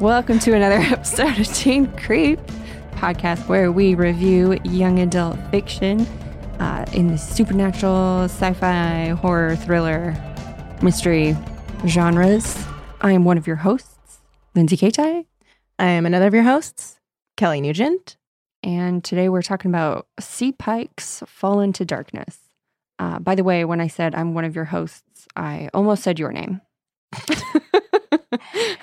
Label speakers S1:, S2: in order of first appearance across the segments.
S1: Welcome to another episode of Teen Creep, podcast where we review young adult fiction uh, in the supernatural, sci fi, horror, thriller, mystery genres. I am one of your hosts, Lindsay Kaitai,
S2: I am another of your hosts, Kelly Nugent.
S1: and today we're talking about Sea Pikes Fall into Darkness. Uh, by the way, when I said I'm one of your hosts, I almost said your name.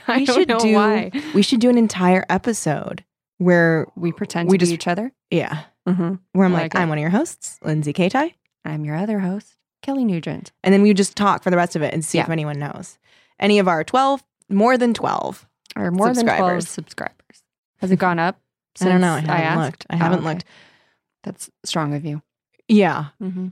S1: I
S2: We
S1: don't
S2: should
S1: know
S2: do-
S1: why.
S2: We should do an entire episode where,
S1: We pretend
S2: We
S1: to
S2: just-
S1: be each other.
S2: yeah,
S1: Mm-hmm.
S2: where I'm
S1: I
S2: like,
S1: like it.
S2: I'm one of your hosts, Lindsay Kaitai.
S1: I'm your other host, Kelly Nugent.
S2: And then we would just talk for the rest of it and see if
S1: Yeah.
S2: anyone knows. Any of our 12, more than 12.
S1: Or more than 12
S2: Subscribers.
S1: subscribers. Has it gone up?
S2: I don't know. I
S1: since
S2: haven't
S1: asked?
S2: looked. I
S1: Oh,
S2: haven't
S1: okay.
S2: looked.
S1: That's strong of you.
S2: Yeah.
S1: Mm-hmm.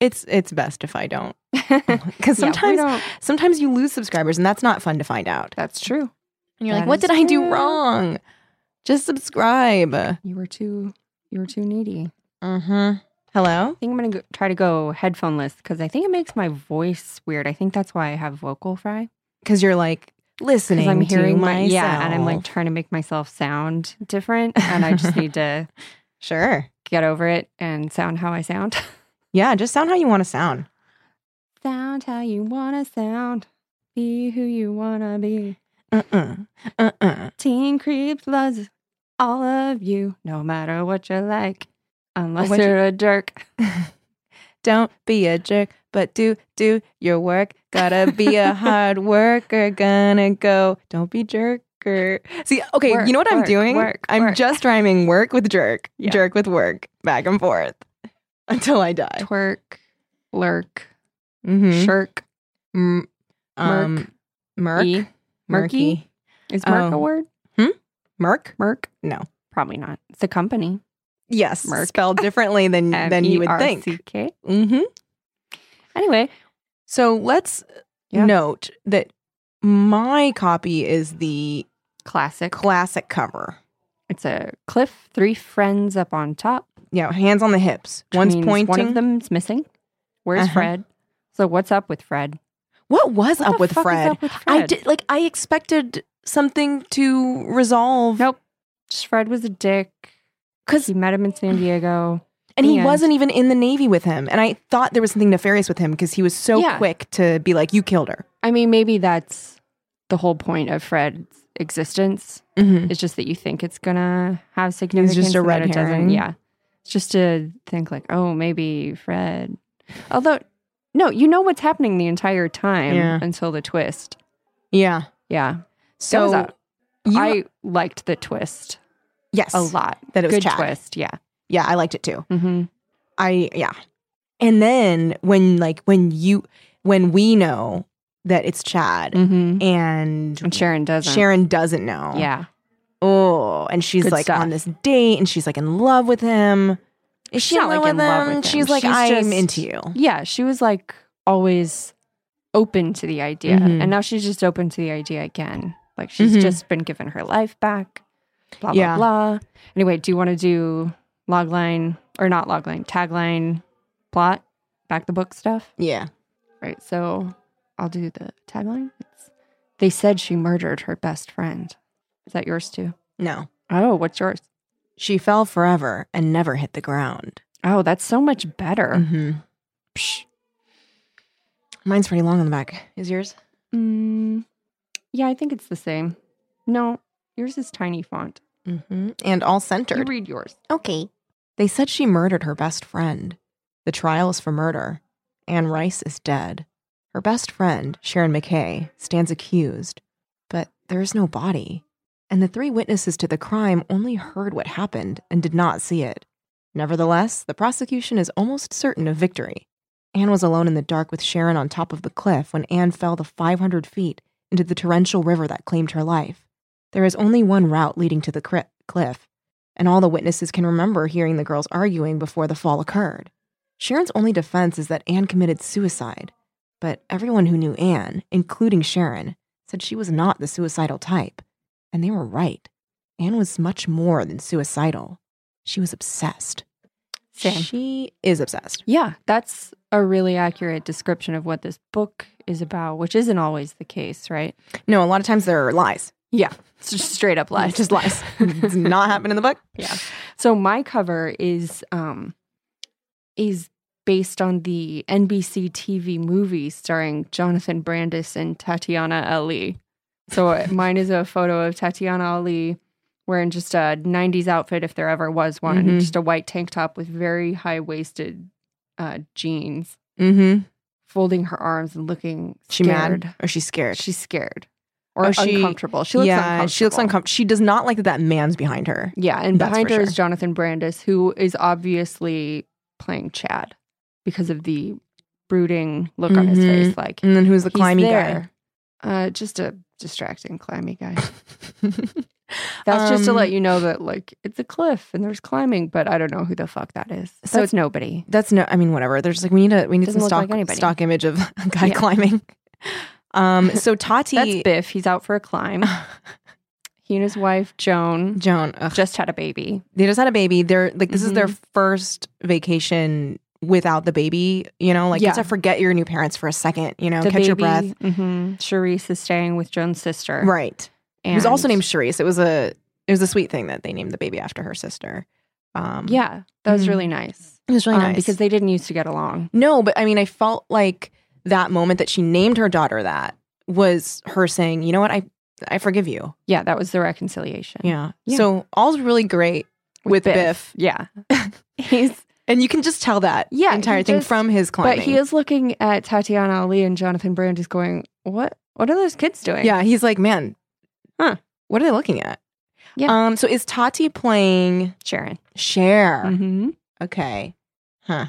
S2: It's it's best if I don't. Because sometimes sometimes you lose subscribers and that's not fun to find out.
S1: that's true.
S2: And you're
S1: That
S2: like, what
S1: is
S2: did I do
S1: true.
S2: wrong? Just subscribe.
S1: You were too. You were too needy.
S2: Mm-hmm. Hello?
S1: I think I'm gonna go, try to go headphoneless because I think it makes my voice weird. I think that's why I have vocal fry
S2: Because you're like listening
S1: because I'm
S2: to
S1: hearing my
S2: myself.
S1: yeah, and I'm like trying to make myself sound different, and I just need to
S2: Sure.
S1: get over it and sound how I sound.
S2: Yeah, just sound how you want to sound.
S1: sound how you wanna sound. Be who you wanna be.
S2: Uh-uh. Uh-uh.
S1: Teen Creeps loves all of you, no matter what you're like, unless
S2: What you-
S1: you're a jerk.
S2: Don't be a jerk, but do do your work. Gotta be a hard worker. Gonna go. Don't be jerker. See, okay,
S1: Work,
S2: you know what I'm
S1: work,
S2: doing?
S1: work,
S2: I'm
S1: work.
S2: just rhyming work with jerk,
S1: Yeah.
S2: jerk with work, back and forth until I die.
S1: Twerk, lurk,
S2: Mm-hmm.
S1: shirk,
S2: M-
S1: Merc.
S2: um, murk,
S1: E. Murky?
S2: murky,
S1: Is Merc a
S2: Oh.
S1: word?
S2: murk.
S1: Merc?
S2: No.
S1: Probably not. It's a company.
S2: Yes,
S1: Merc. E
S2: spelled differently than than you would think.
S1: M-E-R-C-K.
S2: Mm-hmm.
S1: Anyway,
S2: So let's
S1: Yeah.
S2: note that my copy is the
S1: classic.
S2: classic cover.
S1: It's a cliff, three friends up on top.
S2: Yeah, hands on the hips.
S1: which
S2: One's
S1: means
S2: pointing.
S1: One of them's missing. Where's
S2: Uh-huh.
S1: Fred? So what's up with Fred?
S2: What was
S1: What
S2: up,
S1: the
S2: with
S1: fuck is
S2: Fred?
S1: up with
S2: I
S1: Fred?
S2: did like I expected something to resolve.
S1: Nope. Just Fred was a dick.
S2: 'Cause-
S1: he met him in San Diego.
S2: and he
S1: and-
S2: wasn't even in the navy with him. And I thought there was something nefarious with him because he was so
S1: Yeah.
S2: quick to be like, "You killed her."
S1: I mean, maybe that's the whole point of Fred's existence.
S2: Mm-hmm.
S1: It's just that you think it's gonna have significance. and
S2: red
S1: that it doesn't.
S2: herring.
S1: Yeah, it's just to think like, oh, maybe Fred. Although, no, you know what's happening the entire time
S2: Yeah.
S1: until the twist.
S2: Yeah.
S1: Yeah, That
S2: So
S1: was a-
S2: you,
S1: I liked the twist
S2: yes,
S1: a lot.
S2: that it was
S1: Good
S2: Chad.
S1: twist. Yeah.
S2: Yeah, I liked it too.
S1: Mm-hmm.
S2: I yeah. And then when like when you when we know that it's Chad
S1: Mm-hmm.
S2: and
S1: And Sharon doesn't.
S2: Sharon doesn't know.
S1: Yeah.
S2: Oh, and she's
S1: Good
S2: like
S1: stuff.
S2: on this date and she's like in love with him. Is she
S1: She's
S2: in
S1: not,
S2: love,
S1: like,
S2: with,
S1: in love
S2: him?
S1: with him.
S2: She's like,
S1: She's
S2: I'm
S1: just-
S2: into you.
S1: Yeah. She was like always open to the idea.
S2: Mhm.
S1: And now she's just open to the idea again. Like she's
S2: Mhm.
S1: just been given her life back. Blah,
S2: Yeah.
S1: blah, blah. Anyway, do you want to do logline or not logline, tagline, plot, back the book stuff?
S2: Yeah.
S1: Right. So I'll do the tagline. It's, they said she murdered her best friend. Is that yours too?
S2: No.
S1: Oh, what's yours?
S2: She fell forever and never hit the ground.
S1: Oh, that's so much better.
S2: Mm-hmm.
S1: Psh.
S2: Mine's pretty long on the back. Is yours?
S1: Mm, yeah, I think it's the same. No, yours is tiny font.
S2: Mm-hmm. And all
S1: You
S2: centered.
S1: read yours.
S2: Okay. They said she murdered her best friend. The trial is for murder. Anne Rice is dead. Her best friend, Sharon McKay, stands accused, but there is no body. And the three witnesses to the crime only heard what happened and did not see it. Nevertheless, the prosecution is almost certain of victory. Anne was alone in the dark with Sharon on top of the cliff when Anne fell the 500 feet into the torrential river that claimed her life. There is only one route leading to the cri- cliff, and all the witnesses can remember hearing the girls arguing before the fall occurred. Sharon's only defense is that Anne committed suicide, but everyone who knew Anne, including Sharon, said she was not the suicidal type, and they were right. Anne was much more than suicidal. She was obsessed.
S1: Same.
S2: She is obsessed.
S1: Yeah, that's a really accurate description of what this book is about, which isn't always the case, right?
S2: No, a lot of times there are lies.
S1: Yeah, it's just straight up lies.
S2: Just lies. it's not happening in the book.
S1: Yeah. So my cover is um is based on the NBC TV movie starring Jonathan Brandis and Tatiana Ali. So mine is a photo of Tatiana Ali wearing just a 90s outfit if there ever was one,
S2: Mhm.
S1: just a white tank top with very high-waisted uh jeans,
S2: Mm-hmm.
S1: folding her arms and looking
S2: She
S1: scared.
S2: mad or she's scared.
S1: She's scared. Or
S2: Oh, she-
S1: uncomfortable. She looks
S2: yeah,
S1: uncomfortable.
S2: she looks uncomfortable. She does not like that that man's behind her.
S1: Yeah, and
S2: That's
S1: behind
S2: for
S1: her is
S2: sure.
S1: Jonathan Brandis, who is obviously playing Chad because of the brooding look on his
S2: Mhm.
S1: face. Like
S2: And then who's the
S1: he's
S2: climby
S1: there.
S2: Mm-hmm.
S1: Uh, just a distracting climby guy.
S2: guy?
S1: That's just to
S2: Um,
S1: let you know that like it's a cliff and there's climbing, but I don't know who the fuck that is. So
S2: That's-
S1: it's nobody.
S2: That's no. I mean, whatever. There's like we need a we need
S1: Doesn't
S2: some
S1: look like
S2: stock
S1: anybody.
S2: stock image of a guy
S1: Yeah.
S2: climbing. Um. So Tati
S1: That's Biff. He's out for a climb. he and his wife Joan
S2: Joan. Ugh.
S1: just had a baby.
S2: they just had a baby. They're like this is their
S1: Mm-hmm.
S2: first vacation without the baby. You know, like you
S1: Yeah.
S2: have to forget your new parents for a second. You know,
S1: the
S2: catch your breath.
S1: hmm Charisse is staying with Joan's sister.
S2: Right.
S1: And
S2: It was also named Charisse. It was a it was a sweet thing that they named the baby after her sister. Um,
S1: Yeah, that was
S2: Mhm.
S1: really nice.
S2: it was really
S1: Um,
S2: nice
S1: because they didn't used to get along.
S2: No, but I mean, I felt like that moment that she named her daughter that was her saying, "You know what? I I forgive you."
S1: Yeah, that was the reconciliation.
S2: Yeah.
S1: Yeah.
S2: So all's really great with, Biff.
S1: Yeah. He's
S2: and you can just tell that
S1: Yeah,
S2: entire
S1: he
S2: thing
S1: just-
S2: from his climbing.
S1: but he is looking at Tatiana Ali and Jonathan Brandis going, What what are those kids doing?
S2: Yeah, he's like, man, huh? What are they looking at?
S1: Yeah.
S2: Um. So is Tati playing
S1: Sharon.
S2: Cher?
S1: Mm-hmm.
S2: Okay. Huh.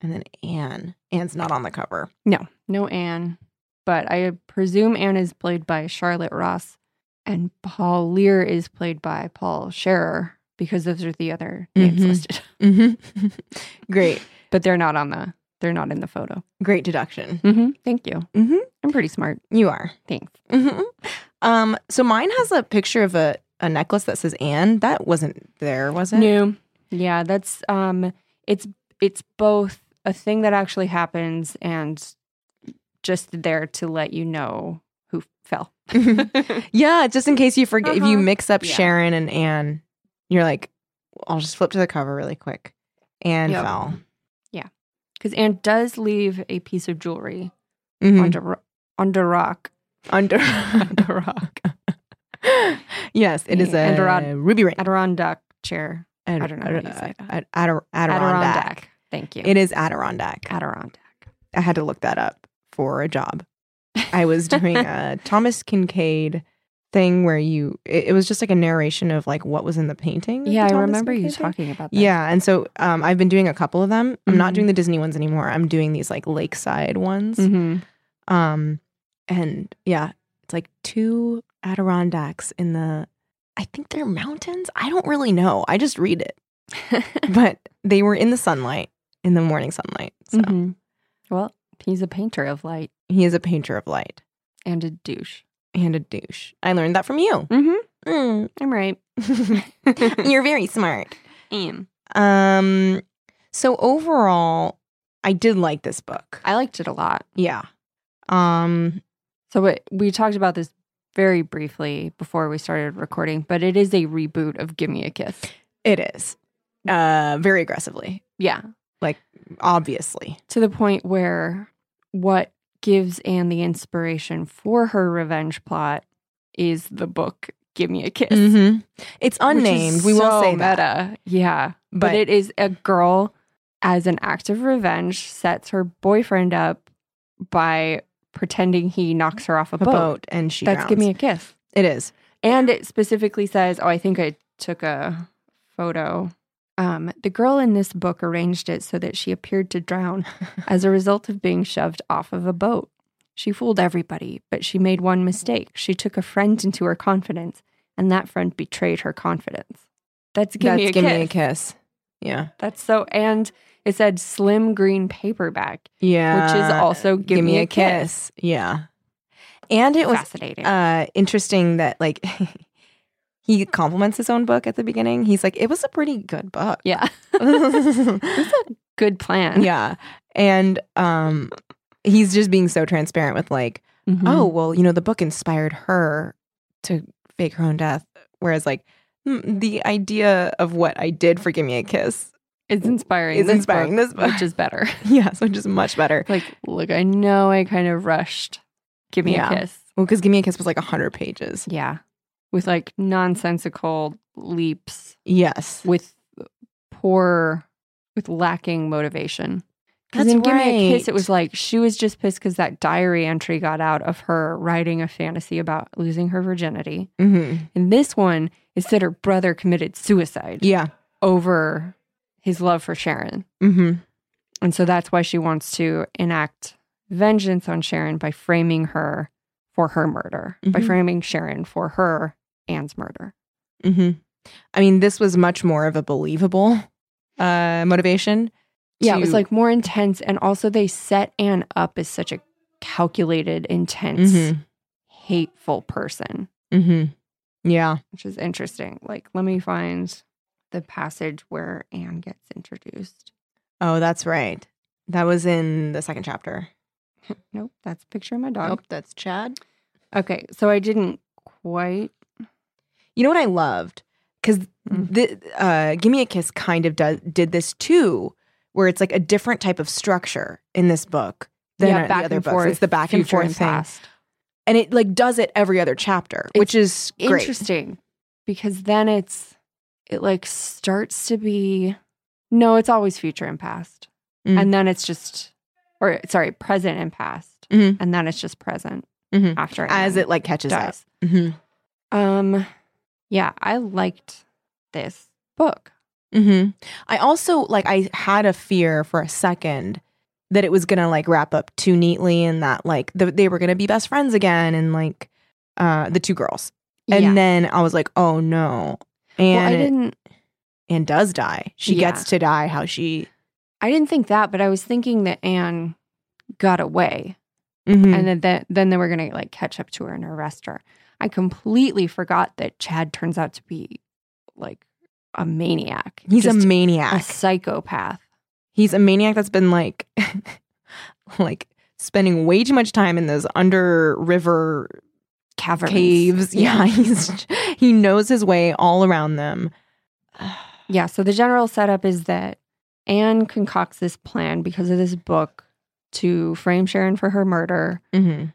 S2: And then Anne. Anne's not on the cover.
S1: No Anne. But I presume Anne is played by Charlotte Ross and Paul Lear is played by Paul Scherer because those are the other names
S2: Mhm.
S1: listed.
S2: Mm-hmm. great.
S1: But they're not on the they're not in the photo.
S2: Great deduction.
S1: Mm-hmm. Thank you.
S2: Mhm.
S1: I'm pretty smart.
S2: You are.
S1: Thanks.
S2: hmm Um, so mine has a picture of a, a necklace that says Anne. That wasn't there, was it?
S1: New. Yeah, that's um it's it's both a thing that actually happens and just there to let you know who fell.
S2: yeah, just in case you forget, if you
S1: Uh-huh.
S2: mix up
S1: Yeah.
S2: Sharon and Anne, you're like, I'll just flip to the cover really quick. Anne
S1: Yep.
S2: fell.
S1: Cuz Anne does leave a piece of jewelry
S2: Mhm.
S1: on the ro- on the rock.
S2: Under, under rock. yes, it is a
S1: Yeah, Adorad-
S2: ruby ring.
S1: Adirondack chair.
S2: Ad-
S1: I don't know how you say
S2: Ad- Ador- Adirondack.
S1: Thank you.
S2: It is Adirondack.
S1: Adirondack.
S2: I had to look that up for a job. I was doing a Thomas Kincaid thing where you it, it was just like a narration of like what was in the painting. of the
S1: Yeah, I
S2: Thomas
S1: remember you
S2: Kincaid thing.
S1: talking about that.
S2: Yeah, and so um, I've been doing a couple of them. I'm not
S1: Mhm.
S2: doing the Disney ones anymore. I'm doing these like lakeside ones.
S1: Mhm.
S2: Um, and yeah, it's like two Adirondacks in the. I think they're mountains. I don't really know. I just read it, but they were in the sunlight, in the morning sunlight. So
S1: Mhm. Well, he's a painter of light
S2: he is a painter of light.
S1: and a douche.
S2: and a douche. I learned that from you.
S1: Mhm.
S2: Mm.
S1: I'm right.
S2: You're very smart.
S1: Am.
S2: Um, so overall, I did like this book.
S1: I liked it a lot.
S2: Yeah. Um,
S1: So it, we talked about this very briefly before we started recording, but it is a reboot of Give Me a Kiss.
S2: it is uh very aggressively,
S1: Yeah.
S2: obviously.
S1: To the point where what gives Anne the inspiration for her revenge plot is the book Give Me a Kiss.
S2: It's
S1: Mm-hmm. which is
S2: unnamed. We will
S1: so
S2: say
S1: meta.
S2: that.
S1: Yeah. But,
S2: But-
S1: it is a girl as an act of revenge sets her boyfriend up by pretending he knocks her off a,
S2: A boat. and she
S1: That's
S2: drowns.
S1: Give Me a Kiss.
S2: it is.
S1: And it specifically says, oh, I think I took a photo. Um, the girl in this book arranged it so that she appeared to drown as a result of being shoved off of a boat. She fooled everybody, but she made one mistake. She took a friend into her confidence, and that friend betrayed her confidence. That's give,
S2: That's
S1: me, a
S2: give
S1: kiss.
S2: me a kiss. Yeah.
S1: That's so. And it said slim green paperback,
S2: Yeah.
S1: which is also give, me, a kiss.
S2: Yeah. And it was
S1: Fascinating.
S2: uh interesting that like he compliments his own book at the beginning. He's like, it was a pretty good book.
S1: yeah. Good plan.
S2: yeah. And um he's just being so transparent with like,
S1: Mhm.
S2: oh, well, you know, the book inspired her to fake her own death. Whereas, like, mm, the idea of what I did for Give Me a Kiss
S1: It's inspiring.
S2: is
S1: this
S2: inspiring
S1: book,
S2: this book.
S1: which is better.
S2: yes, which is much better.
S1: like, look, I know I kind of rushed. Give me
S2: Yeah.
S1: a kiss.
S2: Well, because Give Me a Kiss was like 100 pages.
S1: Yeah. With like nonsensical leaps,
S2: Yes.
S1: with poor, with lacking motivation. Because
S2: That's
S1: in Give Me a Kiss,
S2: right.
S1: it was like she was just pissed because that diary entry got out of her writing a fantasy about losing her virginity.
S2: hmm
S1: And this one is that her brother committed suicide
S2: Yeah.
S1: over his love for Sharon.
S2: hmm
S1: And so that's why she wants to enact vengeance on Sharon by framing her for her murder, by
S2: Mhm.
S1: framing Sharon for her Anne's murder.
S2: hmm I mean, this was much more of a believable uh, motivation.
S1: Yeah, it was
S2: to-
S1: like more intense. And also, they set Anne up as such a calculated, intense,
S2: Mhm.
S1: hateful person,
S2: Mhm. Yeah.
S1: which is interesting. Like, let me find the passage where Anne gets introduced.
S2: Oh, that's right. That was in the second chapter.
S1: Nope, that's a picture of my dog.
S2: that's Chad.
S1: Okay, so I didn't quite.
S2: You know what I loved? Because
S1: Mm.
S2: the uh, "Give Me a Kiss" kind of does did this too, where it's like a different type of structure in this book than
S1: yeah,
S2: the
S1: back
S2: other
S1: and
S2: books.
S1: forth.
S2: It's the back and
S1: future
S2: forth thing,
S1: past.
S2: and it like does it every other chapter, which is great.
S1: interesting because then it's it like starts to be no it's always future and past
S2: Mm.
S1: and then it's just or sorry present and past
S2: Mhm.
S1: and then it's just present
S2: Mhm.
S1: after
S2: As
S1: Anne
S2: it like catches up.
S1: dies
S2: Mm-hmm.
S1: um yeah i liked this book
S2: Mm-hmm. I also like I had a fear for a second that it was gonna like wrap up too neatly and that like the, they were gonna be best friends again and like uh the two girls. And
S1: yeah
S2: then I was like, oh no. And
S1: well i
S2: it-
S1: didn't
S2: and does die. She
S1: Yeah.
S2: gets to die how she
S1: i didn't think that but i was thinking that anne got away
S2: and
S1: and then that, then they were gonna like catch up to her and arrest her. I completely forgot that Chad turns out to be like a maniac.
S2: he's
S1: Just
S2: a maniac.
S1: psychopath.
S2: he's a maniac that's been like like spending way too much time in those under river
S1: Cavern
S2: caves. Yeah, he's he knows his way all around them.
S1: yeah. So the general setup is that Anne concocts this plan because of this book to frame Sharon for her murder
S2: Mm-hmm.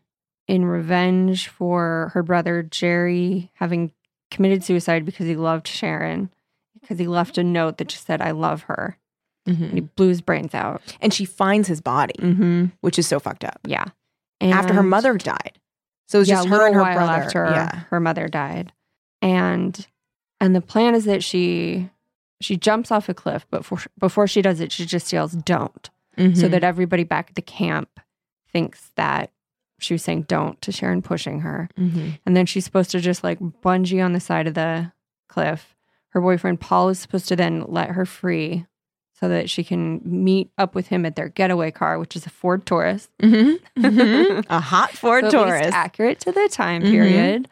S1: in revenge for her brother Jerry having committed suicide because he loved Sharon because he left a note that just said I love her and
S2: Hmm.
S1: he blew his brains out.
S2: And she finds his body,
S1: Mm-hmm.
S2: which is so fucked up.
S1: Yeah.
S2: after her
S1: And-
S2: mother died, so it's
S1: yeah,
S2: just
S1: a
S2: her
S1: little
S2: and her
S1: while
S2: brother.
S1: After
S2: Yeah,
S1: her mother died, and and the plan is that she she jumps off a cliff, but for, before she does it, she just yells "Don't," so
S2: Mhm.
S1: that everybody back at the camp thinks that she was saying "Don't" to Sharon pushing her,
S2: Mhm.
S1: and then she's supposed to just like bungee on the side of the cliff. Her boyfriend Paul is supposed to then let her free. So that she can meet up with him at their getaway car, which is a Ford Taurus.
S2: Mhm. Mhm. a hot Ford
S1: So at least
S2: Taurus.
S1: accurate to the time
S2: Mhm.
S1: period.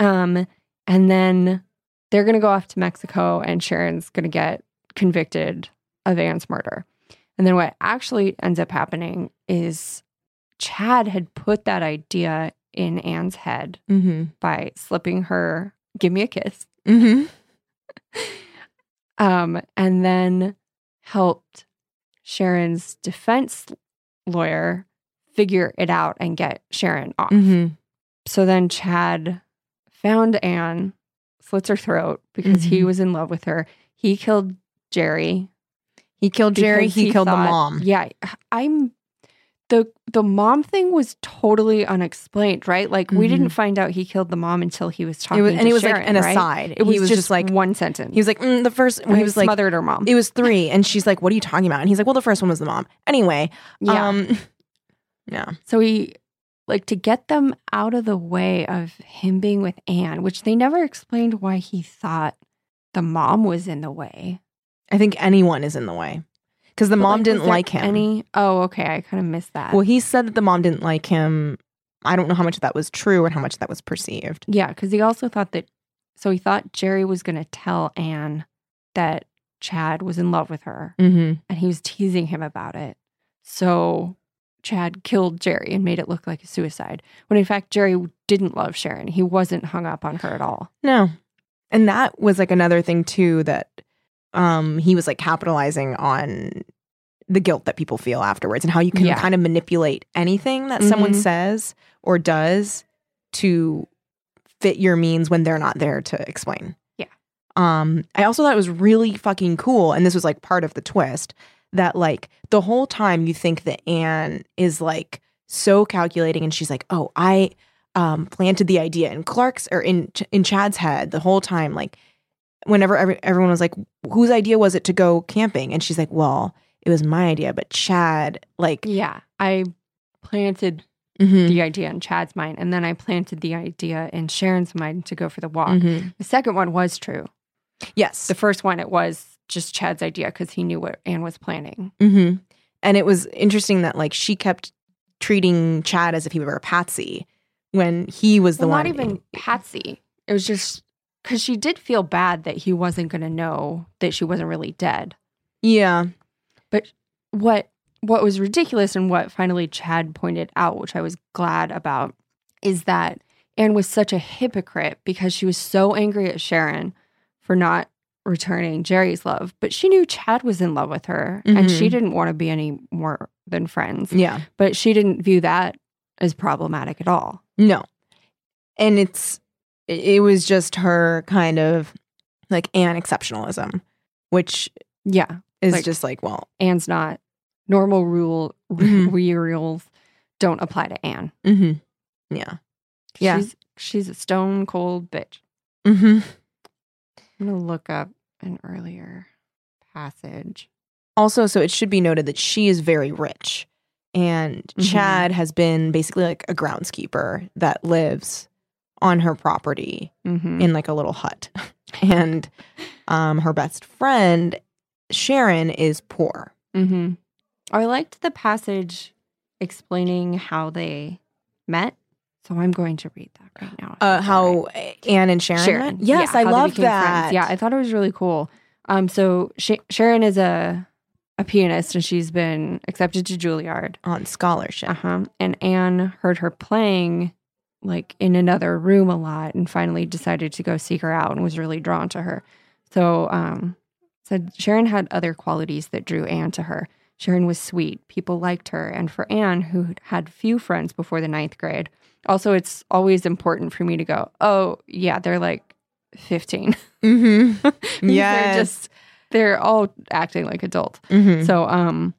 S1: Um, and then they're going to go off to Mexico, and Sharon's going to get convicted of Anne's murder. And then what actually ends up happening is Chad had put that idea in Anne's head
S2: Mhm.
S1: by slipping her, give me a kiss,
S2: Mhm.
S1: um, and then helped Sharon's defense lawyer figure it out and get Sharon off.
S2: Mhm.
S1: So then Chad found Anne, slits her throat because he
S2: Mhm.
S1: was in love with her. He killed Jerry.
S2: He killed Jerry.
S1: because
S2: He, killed
S1: thought-
S2: the mom.
S1: Yeah, I'm the the mom thing was totally unexplained, right? Like we
S2: Mhm.
S1: didn't find out he killed the mom until he was talking
S2: It was,
S1: to
S2: and it was like
S1: Sharon,
S2: an
S1: right?
S2: aside.
S1: It was,
S2: he was just, like
S1: one sentence.
S2: he was like mm, the first.
S1: When
S2: He was like
S1: smothered her mom.
S2: it was three, and she's like, "What are you talking about?" And he's like, "Well, the first one was the mom." Anyway,
S1: yeah.
S2: um, yeah,
S1: So he like to get them out of the way of him being with Anne, which they never explained why he thought the mom was in the way.
S2: I think anyone is in the way because the
S1: But,
S2: mom
S1: was
S2: didn't
S1: there
S2: like him.
S1: Any? Oh, okay. I kind of missed that.
S2: Well, he said that the mom didn't like him. I don't know how much of that was true and how much of that was perceived.
S1: yeah, because he also thought that. So he thought Jerry was going to tell Anne that Chad was in love with her,
S2: Mm-hmm.
S1: and he was teasing him about it. So Chad killed Jerry and made it look like a suicide, when in fact, Jerry didn't love Sharon. He wasn't hung up on her at all.
S2: No. And that was like another thing too that um he was like capitalizing on the guilt that people feel afterwards and how you can
S1: Yeah.
S2: kind of manipulate anything that someone
S1: Mhm.
S2: says or does to fit your means when they're not there to explain.
S1: Yeah.
S2: Um I also thought it was really fucking cool and this was like part of the twist that like the whole time you think that Anne is like so calculating and she's like, "Oh, I um, planted the idea in Clark's or in Ch- in Chad's head the whole time. Like, whenever every, everyone was like, "Whose idea was it to go camping?" and she's like, "Well, it was my idea, but Chad like
S1: Yeah. I planted
S2: mhm,
S1: the idea in Chad's mind, and then I planted the idea in Sharon's mind to go for the walk.
S2: mhm.
S1: The second one was true.
S2: yes,
S1: Mm-hmm. The first one, it was just Chad's idea because he knew what Anne was planning.
S2: hmm and it was interesting that like she kept treating Chad as if he were a patsy when he was the
S1: well,
S2: one
S1: not even Patsy. It was just because she did feel bad that he wasn't going to know that she wasn't really dead.
S2: yeah
S1: what what was ridiculous and what finally Chad pointed out, which I was glad about, is that Anne was such a hypocrite because she was so angry at Sharon for not returning Jerry's love, but she knew Chad was in love with her and
S2: Mhm.
S1: she didn't want to be any more than friends.
S2: yeah
S1: But she didn't view that as problematic at all.
S2: No. And it's it it was just her kind of like an exceptionalism, which
S1: Yeah.
S2: is
S1: Like-
S2: just like, well,
S1: Anne's not normal rule
S2: Mhm.
S1: rules don't apply to Anne.
S2: mm-hmm. yeah. Yeah.
S1: She's she's a stone cold bitch.
S2: Mm-hmm.
S1: I'm gonna look up an earlier passage.
S2: Also, so it should be noted that she is very rich. And
S1: Mhm.
S2: Chad has been basically like a groundskeeper that lives on her property
S1: Mm-hmm.
S2: in like a little hut. and um, her best friend, Sharon, is poor.
S1: mm-hmm. I liked the passage explaining how they met, so I'm going to read that right now. if
S2: Uh,
S1: that's all right.
S2: how Anne and Sharon, met? Yes,
S1: Oh, Yeah,
S2: I
S1: how they
S2: love
S1: became friends.
S2: that.
S1: Yeah, I thought it was really cool. Um, so Sh- Sharon is a a pianist, and she's been accepted to Juilliard.
S2: on scholarship.
S1: Uh huh. And Anne heard her playing like in another room a lot and finally decided to go seek her out and was really drawn to her. So, um, said Sharon had other qualities that drew Anne to her. Sharon was sweet, people liked her. And for Anne, who had few friends before the ninth grade, also, it's always important for me to go, oh, yeah, they're like 15.
S2: Mm-hmm.
S1: Yeah,
S2: Yes.
S1: They're just, they're all acting like adults.
S2: mm-hmm.
S1: So, um,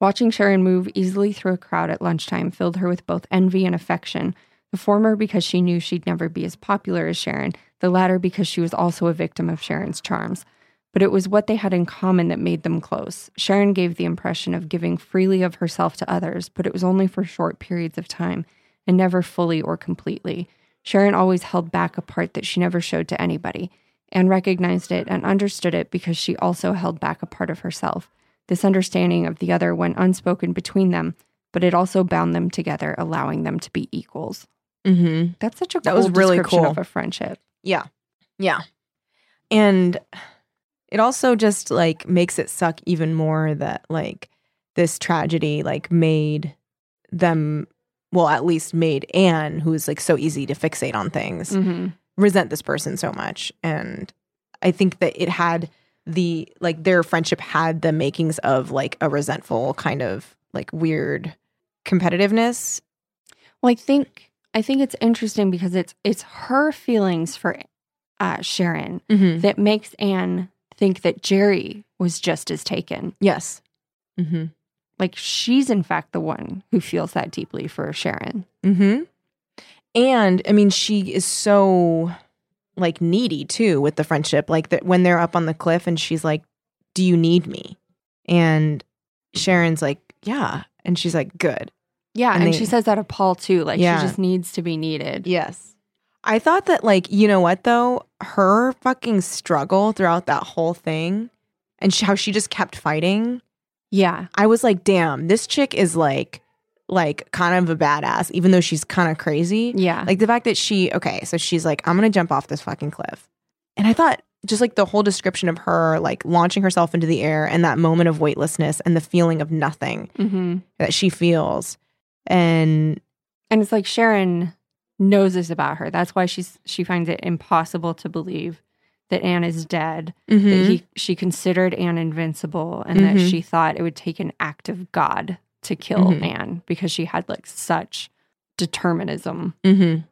S1: watching Sharon move easily through a crowd at lunchtime filled her with both envy and affection. The former because she knew she'd never be as popular as Sharon, the latter because she was also a victim of Sharon's charms. But it was what they had in common that made them close. Sharon gave the impression of giving freely of herself to others, but it was only for short periods of time and never fully or completely. Sharon always held back a part that she never showed to anybody. Anne recognized it and understood it because she also held back a part of herself. This understanding of the other went unspoken between them, but it also bound them together, allowing them to be equals.
S2: Mm-hmm.
S1: That's such a
S2: That
S1: cool
S2: was really
S1: description
S2: cool.
S1: of a friendship.
S2: Yeah. Yeah. And it also just like makes it suck even more that like this tragedy like made them well at least made Anne who is like so easy to fixate on things resent this person so much and I think that it had the like their friendship had the makings of like a resentful kind of like weird competitiveness.
S1: Well, I think I think it's interesting because it's it's her feelings for uh, Sharon
S2: Mm-hmm.
S1: that makes Anne think that Jerry was just as taken.
S2: Yes. Mm-hmm.
S1: Like she's in fact the one who feels that deeply for Sharon.
S2: Mm-hmm. And I mean, she is so like needy too with the friendship. Like that when they're up on the cliff and she's like, Do you need me? And Sharon's like, Yeah. And she's like, Good.
S1: Yeah,
S2: And
S1: and,
S2: they-
S1: she says that of Paul too. Like
S2: Yeah.
S1: she just needs to be needed.
S2: Yes. I thought that like, you know what though? Her fucking struggle throughout that whole thing and sh- how she just kept fighting.
S1: Yeah.
S2: I was like, damn, this chick is like like kind of a badass, even though she's kind of crazy.
S1: Yeah.
S2: Like the fact that she, okay, so she's like, I'm gonna jump off this fucking cliff. And I thought just like the whole description of her like launching herself into the air and that moment of weightlessness and the feeling of nothing
S1: Mm-hmm.
S2: that she feels. And
S1: And it's like Sharon knows this about her. That's why she's she finds it impossible to believe that Anne is dead. That
S2: Mm-hmm,
S1: he she considered Anne invincible, and that
S2: Mhm.
S1: she thought it would take an act of God to kill
S2: Mhm.
S1: Anne because she had like such determinism.
S2: Mm-hmm.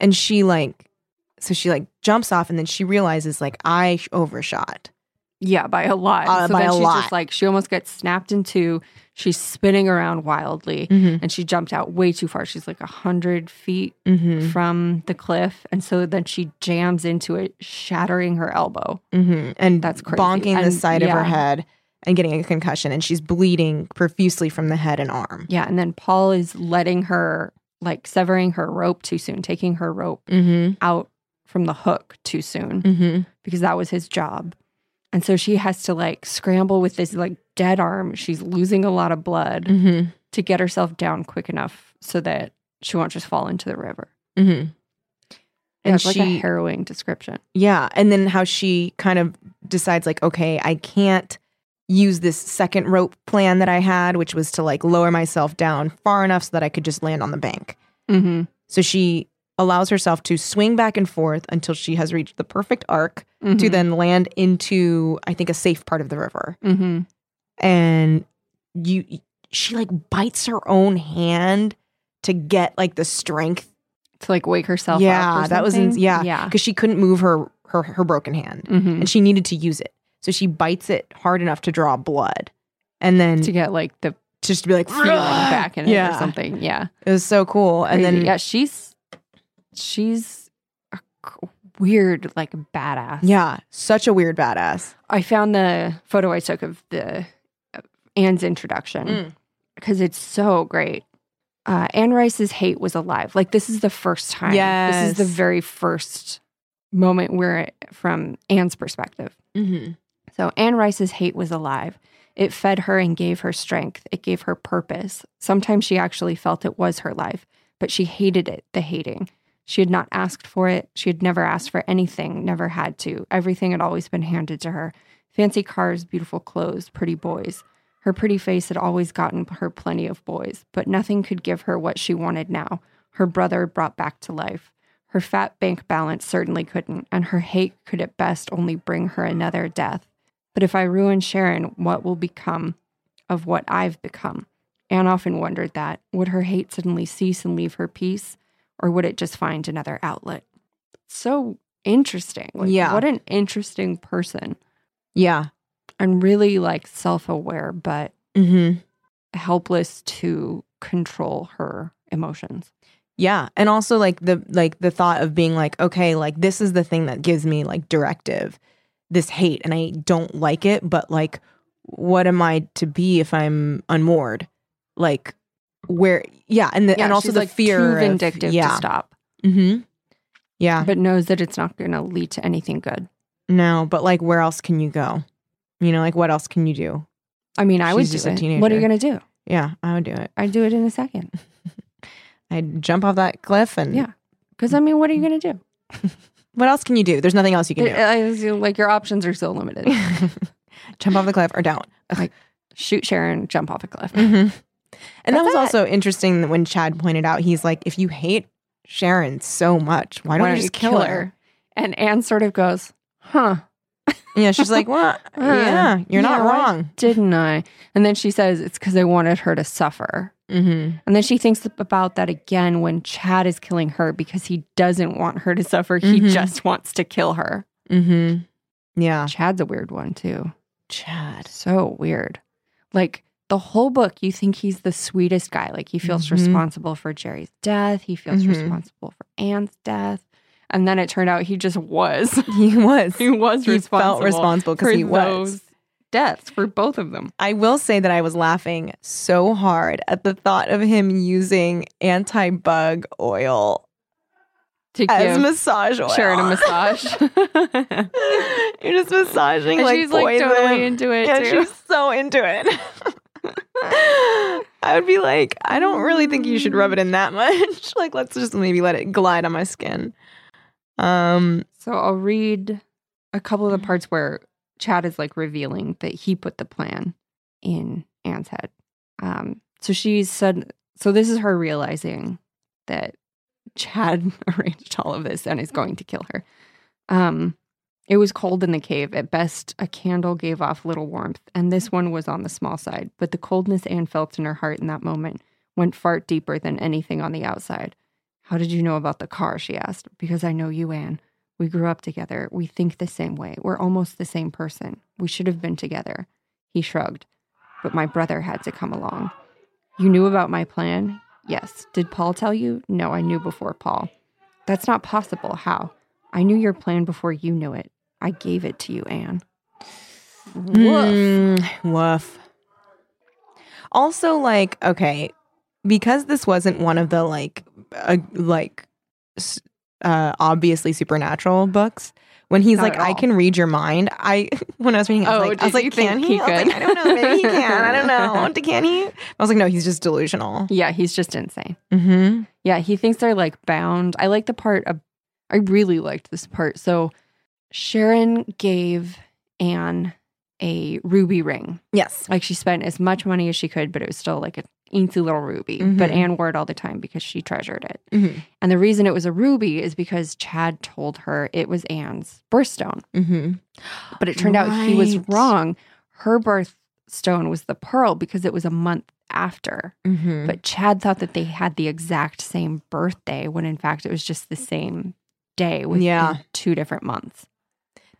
S2: And she like, so she like jumps off and then she realizes like I sh- overshot.
S1: Yeah, by a lot.
S2: Uh,
S1: so
S2: by
S1: then
S2: a
S1: she's
S2: lot.
S1: just like she almost gets snapped in two. She's spinning around wildly.
S2: Mm-hmm.
S1: And she jumped out way too far. She's like a hundred feet
S2: Mm-hmm.
S1: from the cliff. And so then she jams into it, shattering her elbow.
S2: Mm-hmm. And
S1: That's crazy.
S2: bonking the
S1: And-
S2: side of her
S1: yeah.
S2: head and getting a concussion and she's bleeding profusely from the head and arm.
S1: Yeah. And then Paul is letting her, like severing her rope too soon, taking her rope
S2: Mm-hmm.
S1: out from the hook too soon
S2: Mm-hmm.
S1: because that was his job. And so she has to like scramble with this like dead arm. She's losing a lot of blood
S2: Mm-hmm.
S1: to get herself down quick enough so that she won't just fall into the river.
S2: Mm-hmm.
S1: And
S2: And
S1: it's like a
S2: she-
S1: harrowing description.
S2: Yeah. And then how she kind of decides, like, okay, I can't use this second rope plan that I had, which was to like lower myself down far enough so that I could just land on the bank.
S1: Mm-hmm.
S2: So she allows herself to swing back and forth until she has reached the perfect arc to then land into, I think, a safe part of the river.
S1: Mm-hmm.
S2: And you, she like bites her own hand to get like the strength
S1: To like wake herself up.
S2: Yeah,
S1: or
S2: that was ins-
S1: something.
S2: yeah. Mm-hmm.
S1: Yeah.
S2: because she couldn't move her her her broken hand.
S1: hmm
S2: and she needed to use it. So she bites it hard enough to draw blood and then
S1: To
S2: to
S1: get like the
S2: just to be like,
S1: feeling back in it
S2: yeah.
S1: or something. Yeah.
S2: It was so cool. And
S1: Crazy.
S2: then,
S1: yeah, she's she's a c- weird, like badass.
S2: yeah, such a weird badass.
S1: I found the photo I took of the of Anne's introduction
S2: Mm.
S1: because it's so great. Uh, Anne Rice's hate was alive. Like this is the first time. This is the
S2: Yes.
S1: very first moment where, it, from Anne's perspective.
S2: Mm-hmm.
S1: So Anne Rice's hate was alive. It fed her and gave her strength. It gave her purpose. Sometimes she actually felt it was her life, but she hated it, the hating. She had not asked for it. She had never asked for anything, never had to. Everything had always been handed to her fancy cars, beautiful clothes, pretty boys. Her pretty face had always gotten her plenty of boys, but nothing could give her what she wanted now. Her brother brought back to life. Her fat bank balance certainly couldn't, and her hate could at best only bring her another death. But if I ruin Sharon, what will become of what I've become? Anne often wondered that. Would her hate suddenly cease and leave her peace, or would it just find another outlet? So interesting. Like,
S2: Yeah.
S1: What an interesting person.
S2: Yeah.
S1: And really like self aware, but
S2: Mm-hmm.
S1: helpless to control her emotions.
S2: Yeah. And also like the, like the thought of being like, okay, like this is the thing that gives me like directive, this hate, and I don't like it, but like, what am I to be if I'm unmoored? Like where, yeah. And the, and also
S1: she's,
S2: the
S1: like,
S2: fear
S1: too
S2: of-
S1: vindictive
S2: yeah.
S1: to stop,
S2: Mm-hmm. Yeah.
S1: but knows that it's not going to lead to anything good.
S2: No, but like, where else can you go? You know, like, what else can you do?
S1: I mean, I
S2: She's
S1: would
S2: just
S1: do
S2: a
S1: it. What are you
S2: teenager.
S1: going to do?
S2: Yeah, I would do it.
S1: I'd do it in a second.
S2: I'd jump off that cliff, and
S1: Yeah. Because I mean, what are you going to do?
S2: what else can you do? There's nothing else you can
S1: It- I was, you know, like your options are so limited.
S2: do. jump off the cliff or down.
S1: Shoot Sharon, jump off a cliff.
S2: Mm-hmm. And that
S1: That's
S2: was
S1: it.
S2: also interesting that when Chad pointed out, he's like, if you hate Sharon so much, why don't, you just kill her?
S1: And Anne sort of goes, huh,
S2: Yeah, she's like, well, yeah, you're
S1: Uh, Yeah,
S2: not
S1: why-
S2: wrong.
S1: didn't I? And then she says, it's because I wanted her to suffer.
S2: Mm-hmm.
S1: And then she thinks about that again when Chad is killing her because he doesn't want her to suffer. He
S2: Mhm.
S1: just wants to kill her.
S2: Mm-hmm. Yeah.
S1: Chad's a weird one, too.
S2: Chad.
S1: So weird. Like the whole book, you think he's the sweetest guy. Like he feels
S2: Mhm.
S1: responsible for Jerry's death. He feels
S2: Mhm.
S1: responsible for Anne's death. And then it turned out he just was.
S2: He was.
S1: he was
S2: He
S1: responsible,
S2: felt responsible
S1: for
S2: because he was.
S1: those deaths for both of them.
S2: I will say that I was laughing so hard at the thought of him using anti bug oil
S1: To
S2: as
S1: give
S2: massage oil.
S1: Sharon a massage. and
S2: You're just massaging like
S1: she's like
S2: boys
S1: totally
S2: in-
S1: into it
S2: Yeah,
S1: too.
S2: she's so into it. I would be like, I don't really think you should rub it in that much. like, let's just maybe let it glide on my skin. Um,
S1: So I'll read a couple of the parts where Chad is like revealing that he put the plan in Anne's head. Um, so she said, so this is her realizing that Chad arranged all of this and is going to kill her. Um, it was cold in the cave. At best, a candle gave off little warmth, and this one was on the small side. But the coldness Anne felt in her heart in that moment went far deeper than anything on the outside. How did you know about the car? She asked. Because I know you, Anne. We grew up together. We think the same way. We're almost the same person. We should have been together. He shrugged. But my brother had to come along. You knew about my plan? Yes. Did Paul tell you? No, I knew before Paul. That's not possible. How? I knew your plan before you knew it. I gave it to you, Anne.
S2: Mm, woof. Also, like, okay, because this wasn't one of the like, uh, like, s- uh, obviously supernatural books. When he's
S1: Not
S2: like,
S1: at
S2: "I
S1: all.
S2: can read your mind," I when I was reading, it, I was
S1: Oh,
S2: like, I was
S1: did
S2: like,
S1: you
S2: "Can
S1: think
S2: he?"
S1: he
S2: I was like,
S1: could?
S2: "I don't know. Maybe he can. I don't know. Can he?" I was like, "No, he's just delusional."
S1: Yeah, he's just insane.
S2: Mm-hmm.
S1: Yeah, he thinks they're like bound. I like the part of, I really liked this part. So Sharon gave Anne a ruby ring.
S2: Yes.
S1: Like she spent as much money as she could, but it was still like a teensy little ruby. But
S2: Mhm.
S1: Anne wore it all the time because she treasured it.
S2: Mm-hmm.
S1: And the reason it was a ruby is because Chad told her it was Anne's birthstone.
S2: Mm-hmm.
S1: But it turned out he was
S2: Right.
S1: wrong. Her birthstone was the pearl because it was a month after.
S2: Mm-hmm.
S1: But Chad thought that they had the exact same birthday when in fact it was just the same day with
S2: Yeah.
S1: two different months.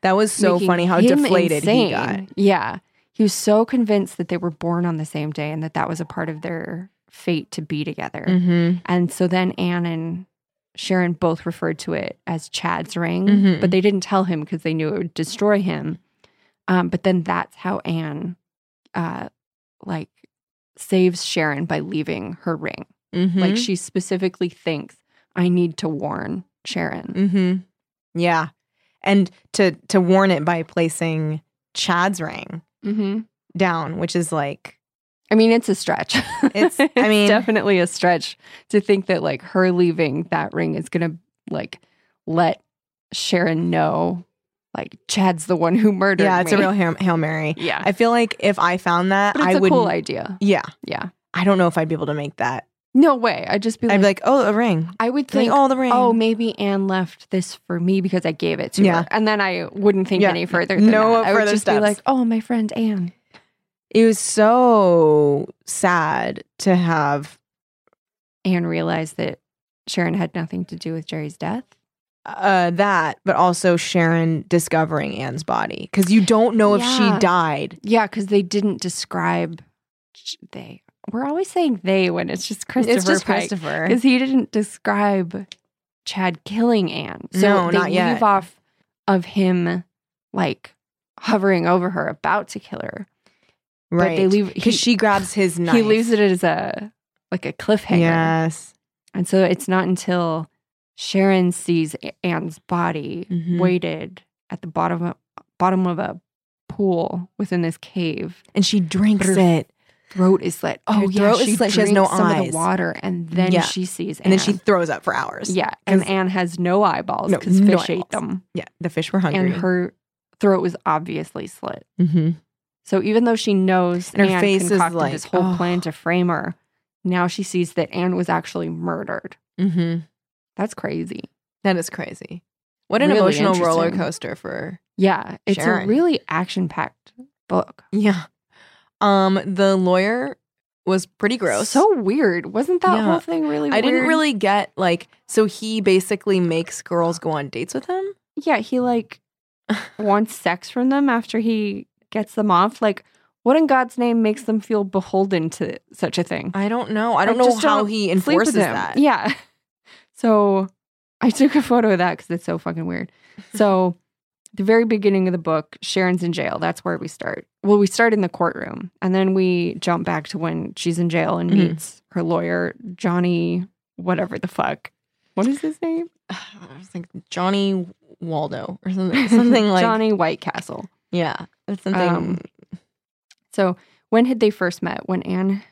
S2: That was so
S1: Making
S2: funny how
S1: him
S2: deflated
S1: insane.
S2: he got.
S1: Yeah. He was so convinced that they were born on the same day and that that was a part of their fate to be together.
S2: Mm-hmm.
S1: And so then Anne and Sharon both referred to it as Chad's ring,
S2: Mhm.
S1: but they didn't tell him because they knew it would destroy him. Um, but then that's how Anne, uh, like, saves Sharon by leaving her ring.
S2: Mm-hmm.
S1: Like she specifically thinks, I need to warn Sharon.
S2: Mm-hmm. Yeah, and to to warn it by placing Chad's ring
S1: Mm-hmm.
S2: down, which is like,
S1: I mean, it's a stretch.
S2: It's- I mean-
S1: definitely a stretch to think that like her leaving that ring is gonna like let Sharon know, like Chad's the one who murdered.
S2: yeah, it's a
S1: me.
S2: real hail, hail mary.
S1: yeah.
S2: I feel like if I found that,
S1: but it's
S2: I
S1: a
S2: would.
S1: cool idea.
S2: yeah,
S1: Yeah,
S2: I don't know if I'd be able to make that.
S1: no way. I'd just be like,
S2: I'd be like, oh, a ring.
S1: I would
S2: Like,
S1: think,
S2: oh, the ring.
S1: oh, maybe Anne left this for me because I gave it to
S2: Yeah.
S1: her, and then I wouldn't think
S2: Yeah.
S1: any further. Than
S2: No
S1: that. I would
S2: further
S1: just be
S2: steps.
S1: like, oh, my friend Anne.
S2: it was so sad to have.
S1: Anne realized that Sharon had nothing to do with Jerry's death.
S2: Uh, that, but also Sharon discovering Anne's body because you don't know if
S1: Yeah.
S2: she died.
S1: Yeah, because they didn't describe they. We're always saying they when it's just Christopher.
S2: it's just Christopher.
S1: because he didn't describe Chad killing Anne. So
S2: No,
S1: they
S2: not
S1: leave
S2: yet.
S1: off of him like hovering over her, about to kill her.
S2: right?
S1: But they leave
S2: because
S1: he-
S2: she grabs his knife.
S1: He leaves it as a like a cliffhanger.
S2: Yes.
S1: And so it's not until Sharon sees A- Anne's body
S2: Mhm.
S1: weighted at the bottom of, bottom of a pool within this cave.
S2: and she drinks
S1: Her-
S2: it, and
S1: Throat is slit. Oh,
S2: Her
S1: yeah.
S2: throat is
S1: she
S2: slit. She has no
S1: drinks some of
S2: eyes.
S1: the water, and then
S2: Yeah.
S1: she sees.
S2: then she
S1: Anne.
S2: throws up for hours.
S1: yeah, and
S2: 'cause-
S1: Anne has no eyeballs
S2: No,
S1: because
S2: no
S1: fish
S2: eyeballs.
S1: ate them,
S2: yeah. The fish were hungry,
S1: and her throat was obviously slit.
S2: mm-hmm.
S1: So even though she knows
S2: And her
S1: Anne
S2: face is
S1: concocted
S2: like,
S1: this whole
S2: oh.
S1: plan to frame her, now she sees that Anne was actually murdered.
S2: Mm-hmm.
S1: That's crazy.
S2: That is crazy. What an
S1: Really
S2: emotional roller
S1: interesting.
S2: coaster for
S1: Yeah, it's
S2: Sharon.
S1: a really action-packed book.
S2: yeah. Um, the lawyer was pretty gross.
S1: So weird. Wasn't that
S2: Yeah.
S1: whole thing really?
S2: I didn't
S1: weird?
S2: really get like so he basically makes girls go on dates with him.
S1: Yeah, he like wants sex from them after he gets them off. Like, what in God's name makes them feel beholden to such a thing?
S2: I don't know. I don't
S1: Like,
S2: know
S1: just
S2: how
S1: don't
S2: he
S1: Sleep with
S2: Uh, enforces
S1: him.
S2: that.
S1: Yeah. So I took a photo of that because it's so fucking weird. So the very beginning of the book, Sharon's in jail. That's where we start. Well, we start in the courtroom and then we jump back to when she's in jail and
S2: Mhm.
S1: meets her lawyer, Johnny, whatever the fuck. What is his name?
S2: I was like Johnny Waldo or something, something like
S1: Johnny White Castle.
S2: Yeah, it's something.
S1: Um, So when had they first met? When Anne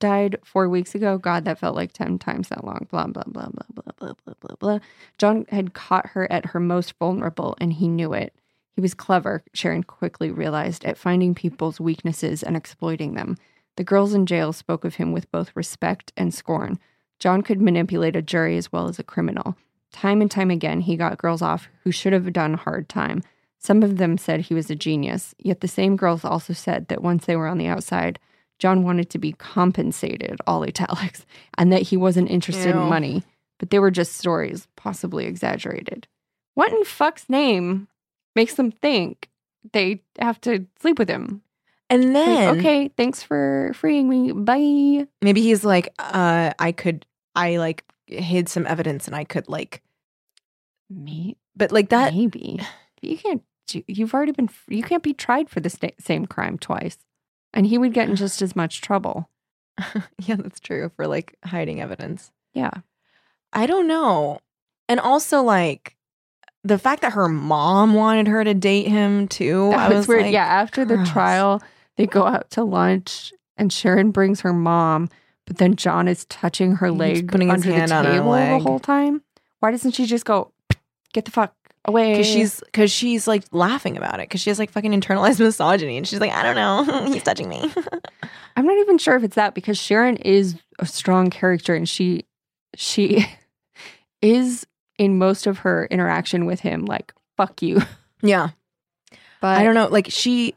S1: died four weeks ago. God, that felt like 10 times that long. Blah, blah, blah, blah, blah, blah, blah, blah, blah. John had caught her at her most vulnerable and he knew it. He was clever, Sharon quickly realized, at finding people's weaknesses and exploiting them. The girls in jail spoke of him with both respect and scorn. John could manipulate a jury as well as a criminal. Time and time again, he got girls off who should have done hard time. Some of them said he was a genius, yet the same girls also said that once they were on the outside, John wanted to be compensated, all italics, and that he wasn't interested in
S2: Ew.
S1: money. But they were just stories, possibly exaggerated. What in fuck's name makes them think they have to sleep with him? Like,
S2: And then
S1: okay, thanks for freeing me. Bye.
S2: maybe he's like, uh, I could, I like hid some evidence and I could like,
S1: Mate,
S2: but like that,
S1: maybe. But you can't. do- You've already been. You can't be tried for the sta- same crime twice, and he would get in just as much trouble.
S2: yeah, that's true for like hiding evidence.
S1: Yeah.
S2: I don't know. And also like the fact that her mom wanted her to date him too.
S1: That
S2: I
S1: was,
S2: was
S1: weird.
S2: like,
S1: yeah, after the
S2: gross.
S1: trial, they go out to lunch, and Sharon brings her mom, but then John is touching her
S2: He's
S1: leg,
S2: putting his
S1: under
S2: hand
S1: the
S2: on her
S1: table
S2: leg.
S1: the whole time. Why doesn't she just go get the fuck away?
S2: Cause she's, cause she's like laughing about it, cause she has like fucking internalized misogyny, and she's like, I don't know, he's touching me.
S1: I'm not even sure if it's that because Sharon is a strong character, and she she is in most of her interaction with him like fuck you.
S2: yeah,
S1: But
S2: I don't know. Like she,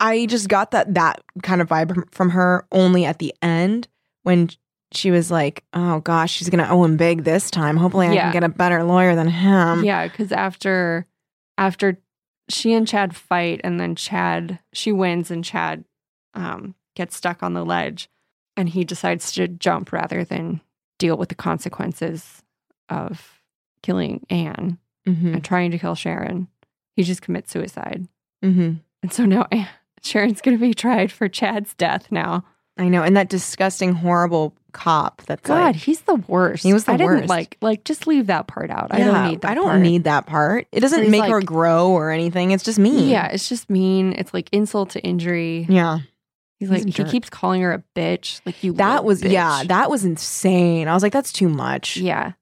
S2: I just got that that kind of vibe from her only at the end when she was like, "Oh gosh, she's gonna owe him big this time. Hopefully, I
S1: Yeah.
S2: can get a better lawyer than him."
S1: yeah, because after after she and Chad fight, and then Chad she wins, and Chad um, gets stuck on the ledge, and he decides to jump rather than deal with the consequences of killing Anne
S2: Mm-hmm.
S1: and trying to kill Sharon. He just commits suicide,
S2: Mm-hmm.
S1: and so now Anne, Sharon's going to be tried for Chad's death. Now,
S2: I know, and that disgusting, horrible cop. That's
S1: God,
S2: like,
S1: he's the worst.
S2: He was the
S1: I didn't
S2: worst.
S1: like like just leave that part out. I
S2: Yeah,
S1: don't need. That
S2: I don't
S1: part.
S2: need that part. It doesn't
S1: He's
S2: make her
S1: like-
S2: grow or anything. It's just mean.
S1: Yeah, it's just mean. It's like insult to injury.
S2: yeah.
S1: He's
S2: He's
S1: like
S2: a
S1: he
S2: jerk.
S1: keeps calling her a bitch. Like you.
S2: That
S1: little
S2: was yeah.
S1: bitch.
S2: That was insane. I was like, that's too much.
S1: yeah. it